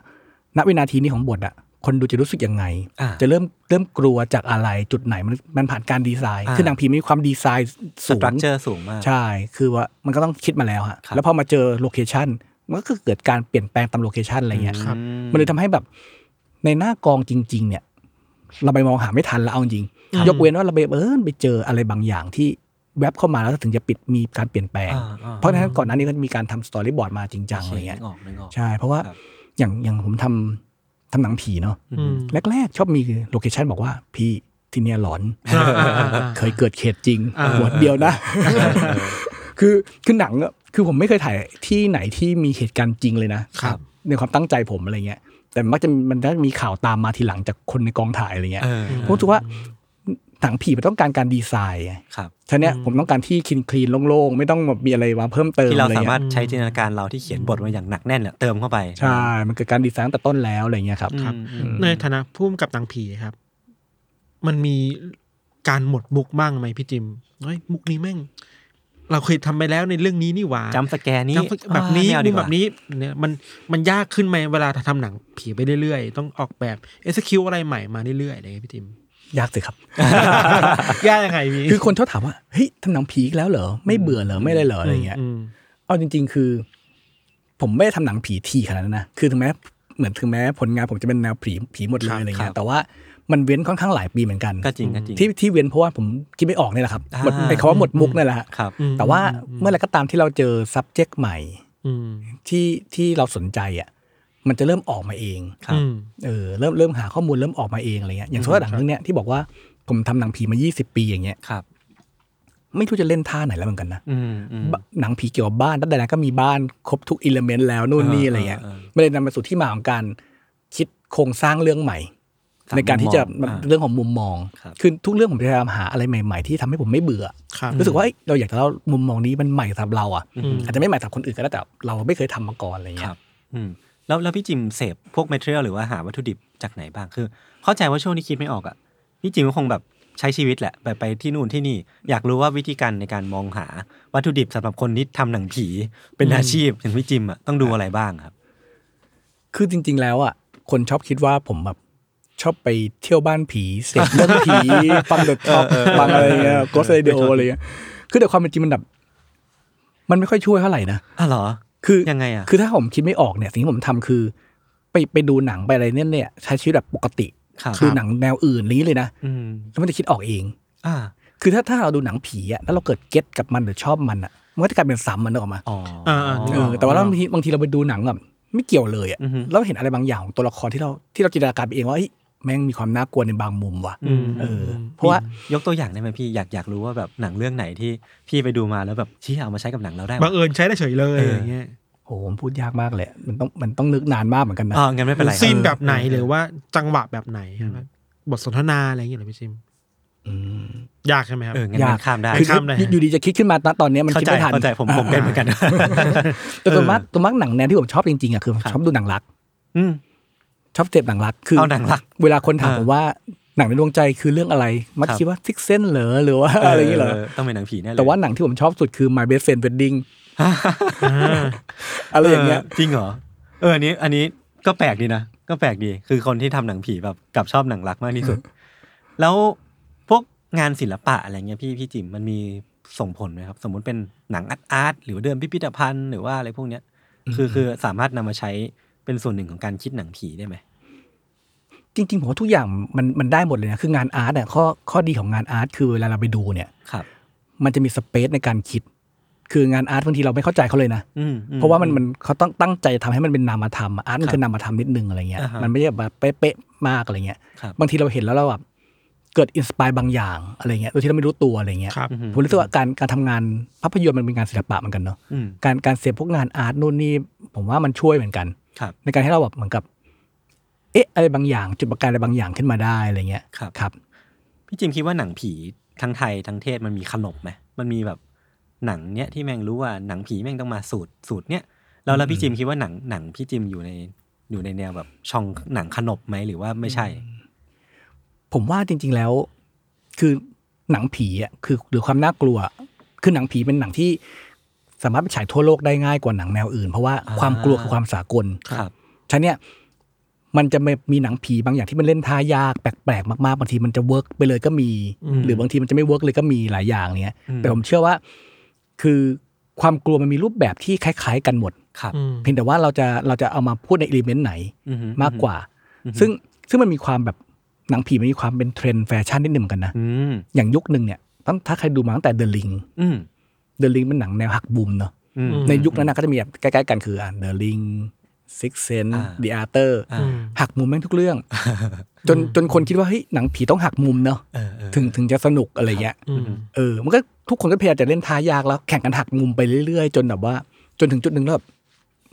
ณวินาทีนี้ของบทอะคนดูจะรู้สึกยังไง
อ่า
จะเริ่มเริ่มกลัวจากอะไรจุดไหนมันมันผ่านการดีไซน์
อ่า
คือหนังผีมีความดีไซน์
ส
สู
ตรัค
ง
เจอร์สูงมาก
ใช่ คือว่ามันก็ต้องคิดมาแล้วฮะ
ครับ
แล้วพอมาเจอโลเคชันมันก็คือเกิดการเปลี่ยนแปลงตามโลเคชันอะไรเงี้ย
ครับ
มันเลยทำให้แบบในหน้ากองจริง ๆ เนี่ย เราไปมองหาไม่ทันแล้วเอาจริง
ครับ
ยกเว้นว่าเราไปเออไปเจออะไรบางอย่างที่แวบเข้ามาแล้วถึงจะปิดมีการเปลี่ยนแปลง
อ่าอ่า
เพราะฉะนั้นก่อนหน้านี้ก็มีการทำสตอรี่บอร์ดมาจริงจัง
โอเค
อะไรเงี้ย
นึกออกนึกออก
ใช่ เพราะว่า
ครับ
อย่างอย่างผมทำทำหนังผีเนาะ
อืม
แรกๆ ชอบมีโลเคชันบอกว่าพี่ที่เนี่ยหลอน
อ่าอ่าอ่า
เคยเกิดเหตุจริง
อ่า
หัวเดียวนะ คือคือหนังอะ คือผมไม่เคยถ่ายที่ไหนที่มีเหตุการณ์จริงเลยนะครับ ในความตั้งใจผมอะไรเงี้ย แต่มักจะมันจะมีข่าวตามมาทีหลังจากคนในกองถ่ายอะไรเงี้ย
เออ
ผมรู้สึกว่าหนังผีมันต้องการการดีไซน์ไง
ครับ
ฉะเนี้ยผมต้องการที่คลีนคลีนโล่งๆ ไม่ต้องแบบมีอะไรมาเพิ่มเติม
ที่
อะ
เรา
ไร
สา
เงี้ย
มารถใช้จินตนาการเราที่เขียนบทมาอย่างหนักแน่นเนี่ยเติมเข้าไป
ใช่ มันเกิดการดีไซน์ตั้งแต่ต้นแล้วอะไรเงี้ยครับ
อืมอืม
ในฐานะผู้กำกับหนังผีครับ มันมีการหมดมุกบ้างไหมพี่จิมเฮ้ยมุกนี้แม่ง เราเคยทำไปแล้วในเรื่องนี้นี่หว่า
จำสแกนนี้
จำสักแบบนี้
อ่าไม่เอา
มุ
ดี
ม
ก
แบ
ว่า
บนี้เนี่ยมันมันยากขึ้นไหมเวลาทำหนังผีไปเรื่อยๆ ต้องออกแบบเอสคิวอะไรใหม่มาเรื่อยๆอะไรอย่างเงี้ยพี่จิม
ยากสิครับ
ยากยังไงพี่
คือคนชอบถามว่า เฮ้ยทำหนังผีอีกแล้วเหรอ ไม่เบื่อเหรอ ไม่อะไรเหรออะไรเงี้ย
ม
เอาจริง ๆ คือ ผมไม่ได้ทำหนังผีทีขนาดนั้นนะ คือถึงแม้เหมือนถึงแม้ผลงานผมจะเป็นแนวผีผีหมดเลยอะไร
ครั
เงี้ย
บ
แต่ว่ามันเว้นค่อนข้างหลายปีเหมือนกัน
ก็จริงก็จริง
ที่ที่เว้นเพราะว่าผมคิดไม่ออกเนี่ยแหละครับ
อ่า
หมดไอ้คำว่าหมดมุกเนี่ยแหละฮะ
ครับ
อืม
แต่ว่าเมื่อไหรก็ตามที่เราเจอ subject ใหม่
อืม
ที่ที่เราสนใจอ่ะ มันจะเริ่มออกมาเอง
ครับ
อืม
เออเริ่มเริ่มหาข้อมูลเริ่มออกมาเองอะไรเงี้ยอย่าง
อืม
โซลาร์หนัง
ครับ
เรื่องเนี้ยที่บอกว่าผมทำหนังผีมา 20 ปีอย่างเงี้ย
ครับ
ไม่รู้จะเล่นท่าไหนแล้วเหมือนกันนะ
อืมอืม
บหนังผีเกี่ยวกับบ้านตั้งแต่นั้นก็มีบ้านครบทุกอิเลเมนต์แล้วนู่นนี่
เออ
อะไรเงี้ย
เออเออ
ไม่ได้นำมาสู่ที่มาของการคิดโครงสร้างเรื่องใหม่
สาม
ในการที่จะ
มุมมองอ่า
เรื่องของมุมมอง
ครับ
คือทุกเรื่องผมพยายามหาอะไรใหม่ ๆ ที่ทำให้ผมไม่เบื่อ
ครับ
รู้สึกว่าเอ้ยเราอยากจะเล่ามุมมองนี้มันใหม่สำหรับเราอ่ะ
อืม
อาจจะไม่ใหม่สำหรับคนอื่นก็ได้แต่เราไม่เคยทำมาก่อนอะไร
ค
เงี้
รั
ย
บ อืมแล้วแล้วพี่จิมเสพพวก m มทเ r ียลหรือว่าหาวัตถุดิบจากไหนบ้างคือ เข้าใจว่าช่วงนี้คิดไม่ออกอ่ะพี่จิมก็คงแบบใช้ชีวิตแหละไปไปที่นู่นที่นี่ อยากรู้ว่าวิธีการในการมองหาวัตถุดิบสำหรับคนที่ทำหนังผีเป็นอาชีพอย่างพี่จิมอ่ะต้องดูอะไรบ้างครับ
คือจริง ๆ แล้วอ่ะคนชอบคิดว่าผมแบบชอบไปเที่ยวบ้านผีเสพเรื่องผี ฟังเดอะท็อปฟังอะไรเงี้ยโกสเรดิโออะไรเงี้ยคือแต่ความเป็นจริงมันแบบมันไม่ค่อยช่วยเท่าไหร่นะ
อ่ะเหรอ
คือ
ยังไงอ่ะ
คือถ้าผมคิดไม่ออกเนี่ย สิ่งที่ผมทำคือ ไปไปดูหนังไปอะไรเนี่ยเนี่ยใช้ชีวิตแบบปกติ
ครับ
ดูหนังแนวอื่นอะไรอย่างนี้เลยนะ
อืม
แล้วมันจะคิดออกเอง
อ่า
คือถ้าถ้าเราดูหนังผีอะแล้วเราเกิดเก็ตกับมันหรือชอบมันอะมันก็จะกลายเป็นซ้ำมันนึกออกมา
อ๋อ
อ่าอ่า
เออแต่ว่าเราบางทีบางทีเราไปดูหนังแบบไม่เกี่ยวเลยอ่ะ
อือฮึ
เราเห็นอะไรบางอย่างของตัวละครที่เราที่เราจินตนาการไปเองว่าเฮ้ยแม่งมีความน่ากลัวในบางมุมว่ะ
อืม
เออ เพราะว่า
ยกตัวอย่างได้ไหมพี่อยากอยากรู้ว่าแบบหนังเรื่องไหนที่พี่ไปดูมาแล้วแบบที่เอามาใช้กับหนังเราได้
บั
วะ
งเอิญใช้ได้เฉยเลย
เอออ
อย่างเงี้ย
โหผมพูดยากมากเลยมันต้องมันต้องนึกนานมากเหมือนกันนะ
อ๋องั้นไม่เป็นไรครับ
ซีนแบบไหนหรือว่าจังหวะแบบไหน
อืม
ครับบทสนทนาอะไรอย่างเงี้ยเหรอพี่จิม
ม
ยากใช่ไหมครับ
เอองั้นงั้นข้ามได้
คือ
ข้ามเลย
อยู่ดีจะคิดขึ้นมาณตอนเนี้ยมัน
เข้า
คิด
ใจ
ไม่ทัน
เข้าใจผมผมเป็นเหมือนกัน
แต่ตัวมักตัวมักหนังแนวที่ผมชอบจริงๆอ่ะคือผม
ครับ
ชอบดูหนังรัก
อืม
ชอบเสพหนังรักคือ
เอาหนังรัก
เวลาคนถาม
เออ
ผมว่าหนังในดวงใจคือเรื่องอะไร มัก
ครับ
คิดว่าซิกเซนเหรอหรือว่าอะไรอย่างเงี้ยเหรอ
ต้องเป็นหนังผีแน่เลย
แต่ว่าหนังที่ผมชอบสุดคือ My Best Friend Wedding
อ่า
อะไรอย่างเงี้ย
จริงเหรอเอออันนี้อันนี้ก็แปลกดีนะก็แปลกดีคือคนที่ทำหนังผีแบบกลับชอบหนังรักมากที่สุด แล้วพวกงานศิลปะอะไรเงี้ยพี่พี่จิมมันมีส่งผลไหมครับ สมมุติเป็นหนังอาร์ตอาร์ตหรือว่าเดินพิพิธภัณฑ์หรือว่าอะไรพวกเนี้ยคือคือสามารถนำมาใช้เป็นส่วนหนึ่งของการคิดหนังผีได้ไหม
จริงๆผมว่าทุกอย่างมันมันได้หมดเลยนะคืองานอาร์ตเนี่ยข้อข้อดีของงานอาร์ตคือเวลาเราไปดูเนี่ย
ครับ
มันจะมีสเปซในการคิด คืองานอาร์ตบางทีเราไม่เข้าใจเขาเลยนะ
อืมอื
เพราะว่ามันมันเขาต้องตั้งใจทำให้มันเป็นนามธรรมอะอาร์ตมั
ค
น
รับ
คือนามธรรมนิดนึงอะไรเงี้ย
อ่าฮะ
มันไม่ได้แบบเป๊ะๆมากอะไรเงี้ย
ครับ
บางทีเราเห็นแล้วเราแบบเกิดอินสปายบางอย่างอะไรเงี้ยโดยที่เราไม่รู้ตัวอะไรเงี้ย
ครับ
อือหือ
ผมรู้สึกว่าการการทำงานภาพยนตร์มันเป็นงานศิลปะเหมือนกันเนาะ
อืม
การการเสพพวกงานอาร์ตนู่นนี่ผมว่ามันช่วยเหมือนกัน
ครับ
ในการให้เราแบบเหมือนกับ เอ๊ะอะไรบางอย่างจุดประกายอะไรบางอย่างขึ้นมาได้อะไรเงี้ย
ครับ
ครับ
พี่จิมคิดว่าหนังผีทั้งไทยทั้งเทศมันมีขนบไหมมันมีแบบหนังเนี้ยที่แม่งรู้ว่าหนังผีแม่งต้องมาสูตรสูตรเนี้ยแล้วแล้วพี่จิมคิดว่าหนังหนังพี่จิมอยู่ในอยู่ในแนวแบบช่องหนังขนบไหมหรือว่าไม่ใช่
ผมว่าจริง ๆแล้ว คือหนังผีอ่ะคือหรือความน่ากลัว คือหนังผีเป็นหนังที่ สามารถไปฉายทั่วโลกได้ง่ายกว่าหนังแนวอื่น เพราะว่า
อ่า
ความกลัวคือความสากล
ครับ
ฉะนั้นเนี่ยมันจะมีหนังผีบางอย่างที่มันเล่นท่ายากแปลกๆมากๆบางทีมันจะเวิร์กไปเลยก็มี
อืม
หรือบางทีมันจะไม่เวิร์กเลยก็มีหลายอย่างเนี้ย
อืม
แต่ผมเชื่อว่า คือความกลัวมันมีรูปแบบที่คล้าย ๆ กันหมด
ครับ
อืม
เพียงแต่ว่าเราจะเราจะเอามาพูดในอิเลเมนต์ไหน
อือฮึ
มากกว่า
อือฮึ
ซึ่งซึ่งมันมีความแบบหนังผีมันมีความเป็นเทรนด์แฟชั่นนิดหนึ่งเหมือนกันนะ
อืม
อย่างยุคหนึ่งเนี่ยต้องถ้าใครดูมาตั้งแต่เดอะลิง
อืม
เดอะลิงเป็นหนังแนวหักบุมเนาะ
อืม
ม
ในยุคนั้นนะก็จะมีแบบใกล้ๆกันคืออ่ะเดอะลิงซิกเซน
อ่า
ดีอาร์เตอร์
อ่า
อืม
หักมุมแม่งทุกเรื่อง จนจนคนคิดว่าเฮ้ยหนังผีต้องหักมุมเนาะ
เออเออ
ถึงถึงจะสนุกอะไรเงี้ย
อืม
เออมันก็ ทุกคนก็พยายามจะเล่นท้ายากแล้วแข่งกันหักมุมไปเรื่อยๆ จนแบบว่า จนถึงจุดหนึ่งแล้วแบบ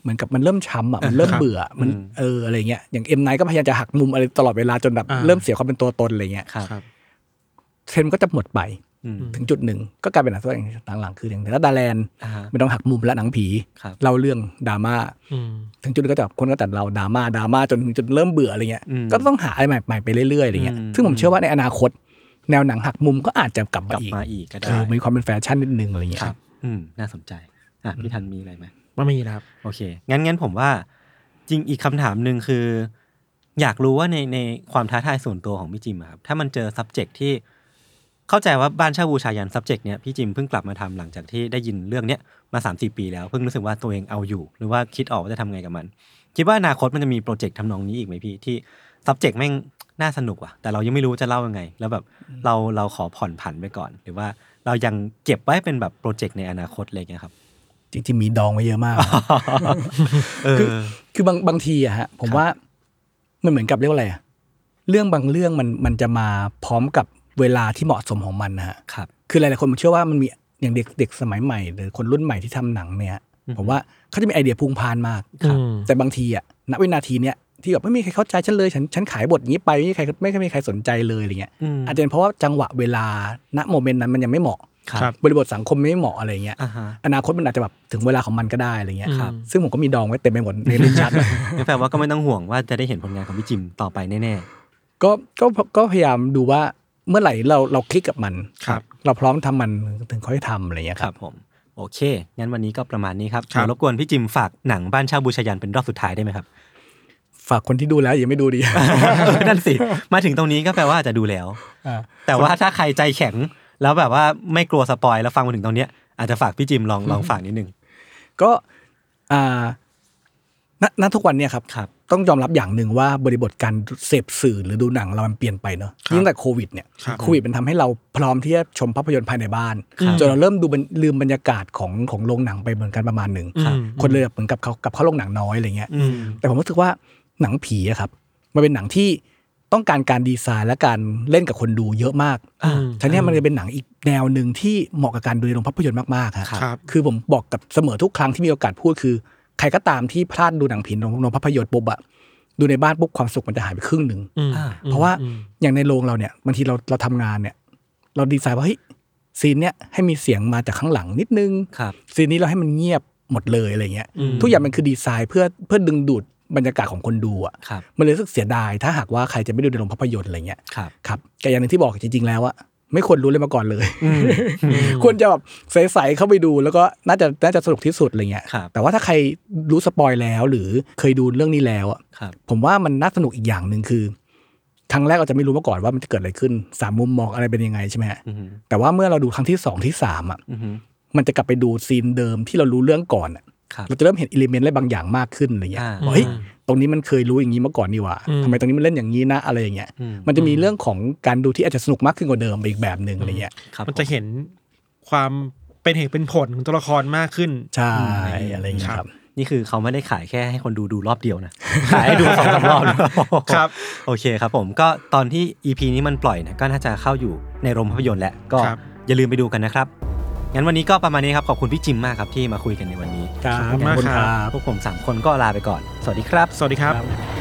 เหมือนกับมันเริ่มช้ำอ่ะมันเริ่ม
ครับ
เบื่อมัน
อืม
เอออะไรเงี้ยอย่างเอ็มไนก็พยายามจะหักมุมอะไรตลอดเวลาจนแบบ
อ่า
เริ่มเสียความเป็นตัวตนอะไรเงี้ย
ครับ
ครับ
เทรนด์ก็จะหมดไป
อืม
ถึงจุดหนึ่งก็กลายเป็นหนังตัวอย่างหลังๆคืออย่างถ้าดาแลน
อ่าฮะ
ไม่ต้องหักมุมและหนังผี
ครับ
เล่าเรื่องดราม่า
อืม
ถึงจุดหนึงก็จะคนก็จัดเราดราม่าดราม่าจนถึงจุดเริ่มเบื่ออะไรเงี้ย
อืม
ก็ต้องหาอะไรใหม่ๆไปเรื่อยๆอะไรเงี้ย
อืม
ซึ่งผมเชื่อว่าในอนาคต แนวหนังหักมุมก็อาจจะกลับ
ก
มา
ลับ
อีก
มาอีกก็ได้
คือมีความเป็นแฟชั่นนิดนึงอะไรเงี้ย
ครับ อืมน่าสนใจอ่ะพี่ทันมีอะไรไหม
มันมีนะครับ
โอเค งั้นงั้นผมว่าจริงอีกคำถามหนึ่งคือ อยากรู้ว่าในในความท้าทายส่วนตัวของพี่จิมอะครับ ถ้ามันเจอ subject ที่ เข้าใจว่าบ้านเช่าบูชายัน subject เนี้ยพี่จิมเพิ่งกลับมาทำหลังจากที่ได้ยินเรื่องเนี้ยมา3าสี่ปีแล้ว เพิ่งรู้สึกว่าตัวเองเอาอยู่ หรือว่าคิดออกว่าจะทำไงกับมัน คิดว่าอนาคตมันจะมีโปรเจกต์ทำนองนี้อีกไหมพี่ที่ subject แม่งน่าสนุกว่ะแต่เรายังไม่รู้จะเล่ายังไง แล้วแบบเราเราขอผ่อนผันไปก่อน หรือว่าเรายังเก็บไว้เป็นแบบโปรเจกต์ในอนาคตอะไรอย่างเงี้ยครับ
จริงๆมีดองไว้เยอะมาก
เออ
คือ คือบางบางทีอะฮะผมว่ามันเหมือนกับเรียกว่าอะไรอะเรื่องบางเรื่องมันมันจะมาพร้อมกับเวลาที่เหมาะสมของมันนะฮะ
ครับ
คือหลายๆคนผมเชื่อว่ามันมีอย่างเด็กเด็กสมัยใหม่ หรือคนรุ่นใหม่ที่ทำหนังเนี่ย
อืม
ผมว่าเขาจะมีไอเดียพรุงพานมาก
ครับอืม
แต่บางทีอะณวินาทีเนี้ยที่แบบไม่มีใครเข้าใจฉันเลยฉันฉันขายบทนี้ไปไม่มีใครไม่มีใครสนใจเลยอะไรเงี้ย
ม
อาจจะเป็นเพราะว่าจังหวะเวลาณโมเมนต์นั้นมันยังไม่เหมาะ
ครับ
บริบทสังคมไม่เหมาะอะไรเงี้ย
อ่าฮะ
อนาคตมันอาจจะแบบถึงเวลาของมันก็ได้อะไรเงี้ย
อืม
ครับซึ่งผมก็มีดองไว้เต็มไปหมดในลิ้นชั ก
งั้นแปลว่าก็ไม่ต้องห่วงว่าจะได้เห็นผลงานของพี่จิมต่อไปแน่
ก็ก็ก็พยายามดูว่าเมื่อไหร่เราเราคลิกกับมัน
ครับ
เราพร้อมทำมันถึงค่อยทำอะไรเงี้ย
ๆ
ครับ
ผม โอเค งั้นวันนี้ก็ประมาณนี้ครับ
ค
เดี๋
รับ
ยวรบกวนพี่จิมฝากหนังบ้านเช่าบูชายันเป็นรอบสุดท้ายได้ไหมครับ
ฝากคนที่ดูแล้วยังไม่ดูดี
นั่นสิ มาถึงตรงนี้ก็แปลว่าอาจจะดูแล้ว
อ่า
แต่ว่าถ้าใครใจแข็ง แล้วแบบว่าไม่กลัวสปอยแล้วฟังมาถึงตรงเนี้ยอาจจะฝากพี่จิมลองลองฝากนิดนึง
ก็อ่าณณทุกวันเนี่ยครับ
ครับ
ต้องยอมรับอย่างหนึ่งว่าบริบทการเสพสื่อหรือดูหนังเรามันเปลี่ยนไปเนอะ
ครับ
ยิ่งแต่โควิดเนี่ย
ครับ
โควิดมันทำให้เราพร้อมที่จะชมภาพยนตร์ภายในบ้าน
ครับ
จนเราเริ่มดูบรรลืมบรรยากาศของของโรงหนังไปเหมือนกันประมาณหนึ่ง
อืม
คนเลยแบบเหมือนกับเขากับเขาโรงหนังน้อยอะไรเงี้ย
อืม
แต่ผมรู้สึกว่าหนังผีอะครับมันเป็นหนังที่ต้องการการดีไซน์และการเล่นกับคนดูเยอะมาก
อืม
ทั้งนี้ยมันจะเป็นหนังอีกแนวหนึ่งที่เหมาะกับการดูในโรงภาพยนตร์มากๆ
ครับ
คือผมบอกกับเสมอทุกครั้งที่มีโอกาสพูดคือ ใครก็ตามที่พลาดดูหนังผีในโรงภาพยนตร์ปุ๊บอะดูในบ้านปุ๊บความสุขมันจะหายไปครึ่งหนึ่ง
อืม
อ่า
อืม
เพราะว่า
อืม
อย่างในโรงเราเนี่ยบางทีเราเราทำงานเนี่ย เราดีไซน์ว่าเฮ้ยซีนเนี่ยให้มีเสียงมาจากข้างหลังนิดนึง
ครับ
ซีนนี้เราให้มันเงียบหมดเลยอะไรเงี้ย
อืม
ทุกอย่างมันคือดีไซน์เพื่อเพื่อดึงดูดบรรยากาศของคนดูอ่ะ
ครับ
มันเลยรู้สึกเสียดาย ถ้าหากว่าใครจะไม่ดูในโรงภาพยนตร์อะไรเงี้ย
ครับ
ครับแต่อย่างหนึ่งที่บอกจริงๆแล้วอะไม่ควรรู้เลยมาก่อนเลย
อืม
ควรจะแบบใสๆเข้าไปดูแล้วก็น่าจะน่าจะสนุกที่สุดอะไรเงี้ย
ครับ
แต่ว่าถ้าใครรู้สปอยแล้วหรือเคยดูเรื่องนี้แล้วอะ
ครับ
ผมว่ามันน่าสนุกอีกอย่างหนึ่งคือ ครั้งแรกเราจะไม่รู้มาก่อนว่ามันจะเกิดอะไรขึ้นสามมุมมองอะไรเป็นยังไงใช่ไหมฮะ
อืม
แต่ว่าเมื่อเราดูครั้งที่สองที่สามอ่ะ
อืม
มันจะกลับไปดูซีนเดิมที่เรารู้เรื่องก่อนอะ
ครับ
เราจะเริ่มเห็นอิเลเมนต์อะไรบางอย่างมากขึ้นอะไรเงี้ย
อ่า
ว่าเฮ้ยตรงนี้มันเคยรู้อย่างนี้มาก่อนนี่หว่า
อืม
ทำไมตรงนี้มันเล่นอย่างนี้นะอะไรอย่างเงี้ย
อืม
มันจะมีเรื่องของการดูที่อาจจะสนุกมากขึ้นกว่าเดิมไปอีกแบบหนึ่งอะไรเงี้ย
ครับ
มันจะเห็นความเป็นเหตุเป็นผลของตัวละครมากขึ้น
ใช่อะไรเงี้ยครับ
นี่คือเขาไม่ได้ขายแค่ให้คนดูดูรอบเดียวนะ ขายให้ดูสองสามรอบด้วย
ครับ
โอเคครับผมก็ตอนที่ EP นี้มันปล่อยนะก็น่าจะเข้าอยู่ในโรงภาพยนตร์แหละก็
ครับ
อย่าลืมไปดูกันนะครับ งั้นวันนี้ก็ประมาณนี้ครับ ขอบคุณพี่จิมมากครับที่มาคุยกันในวันนี้
ครับ
ขอบคุณมากครับ
ขอบคุณครับ
พวกผม 3 คนก็ลาไปก่อน สวัสดีครับ
สวัสดีครับ
ครับ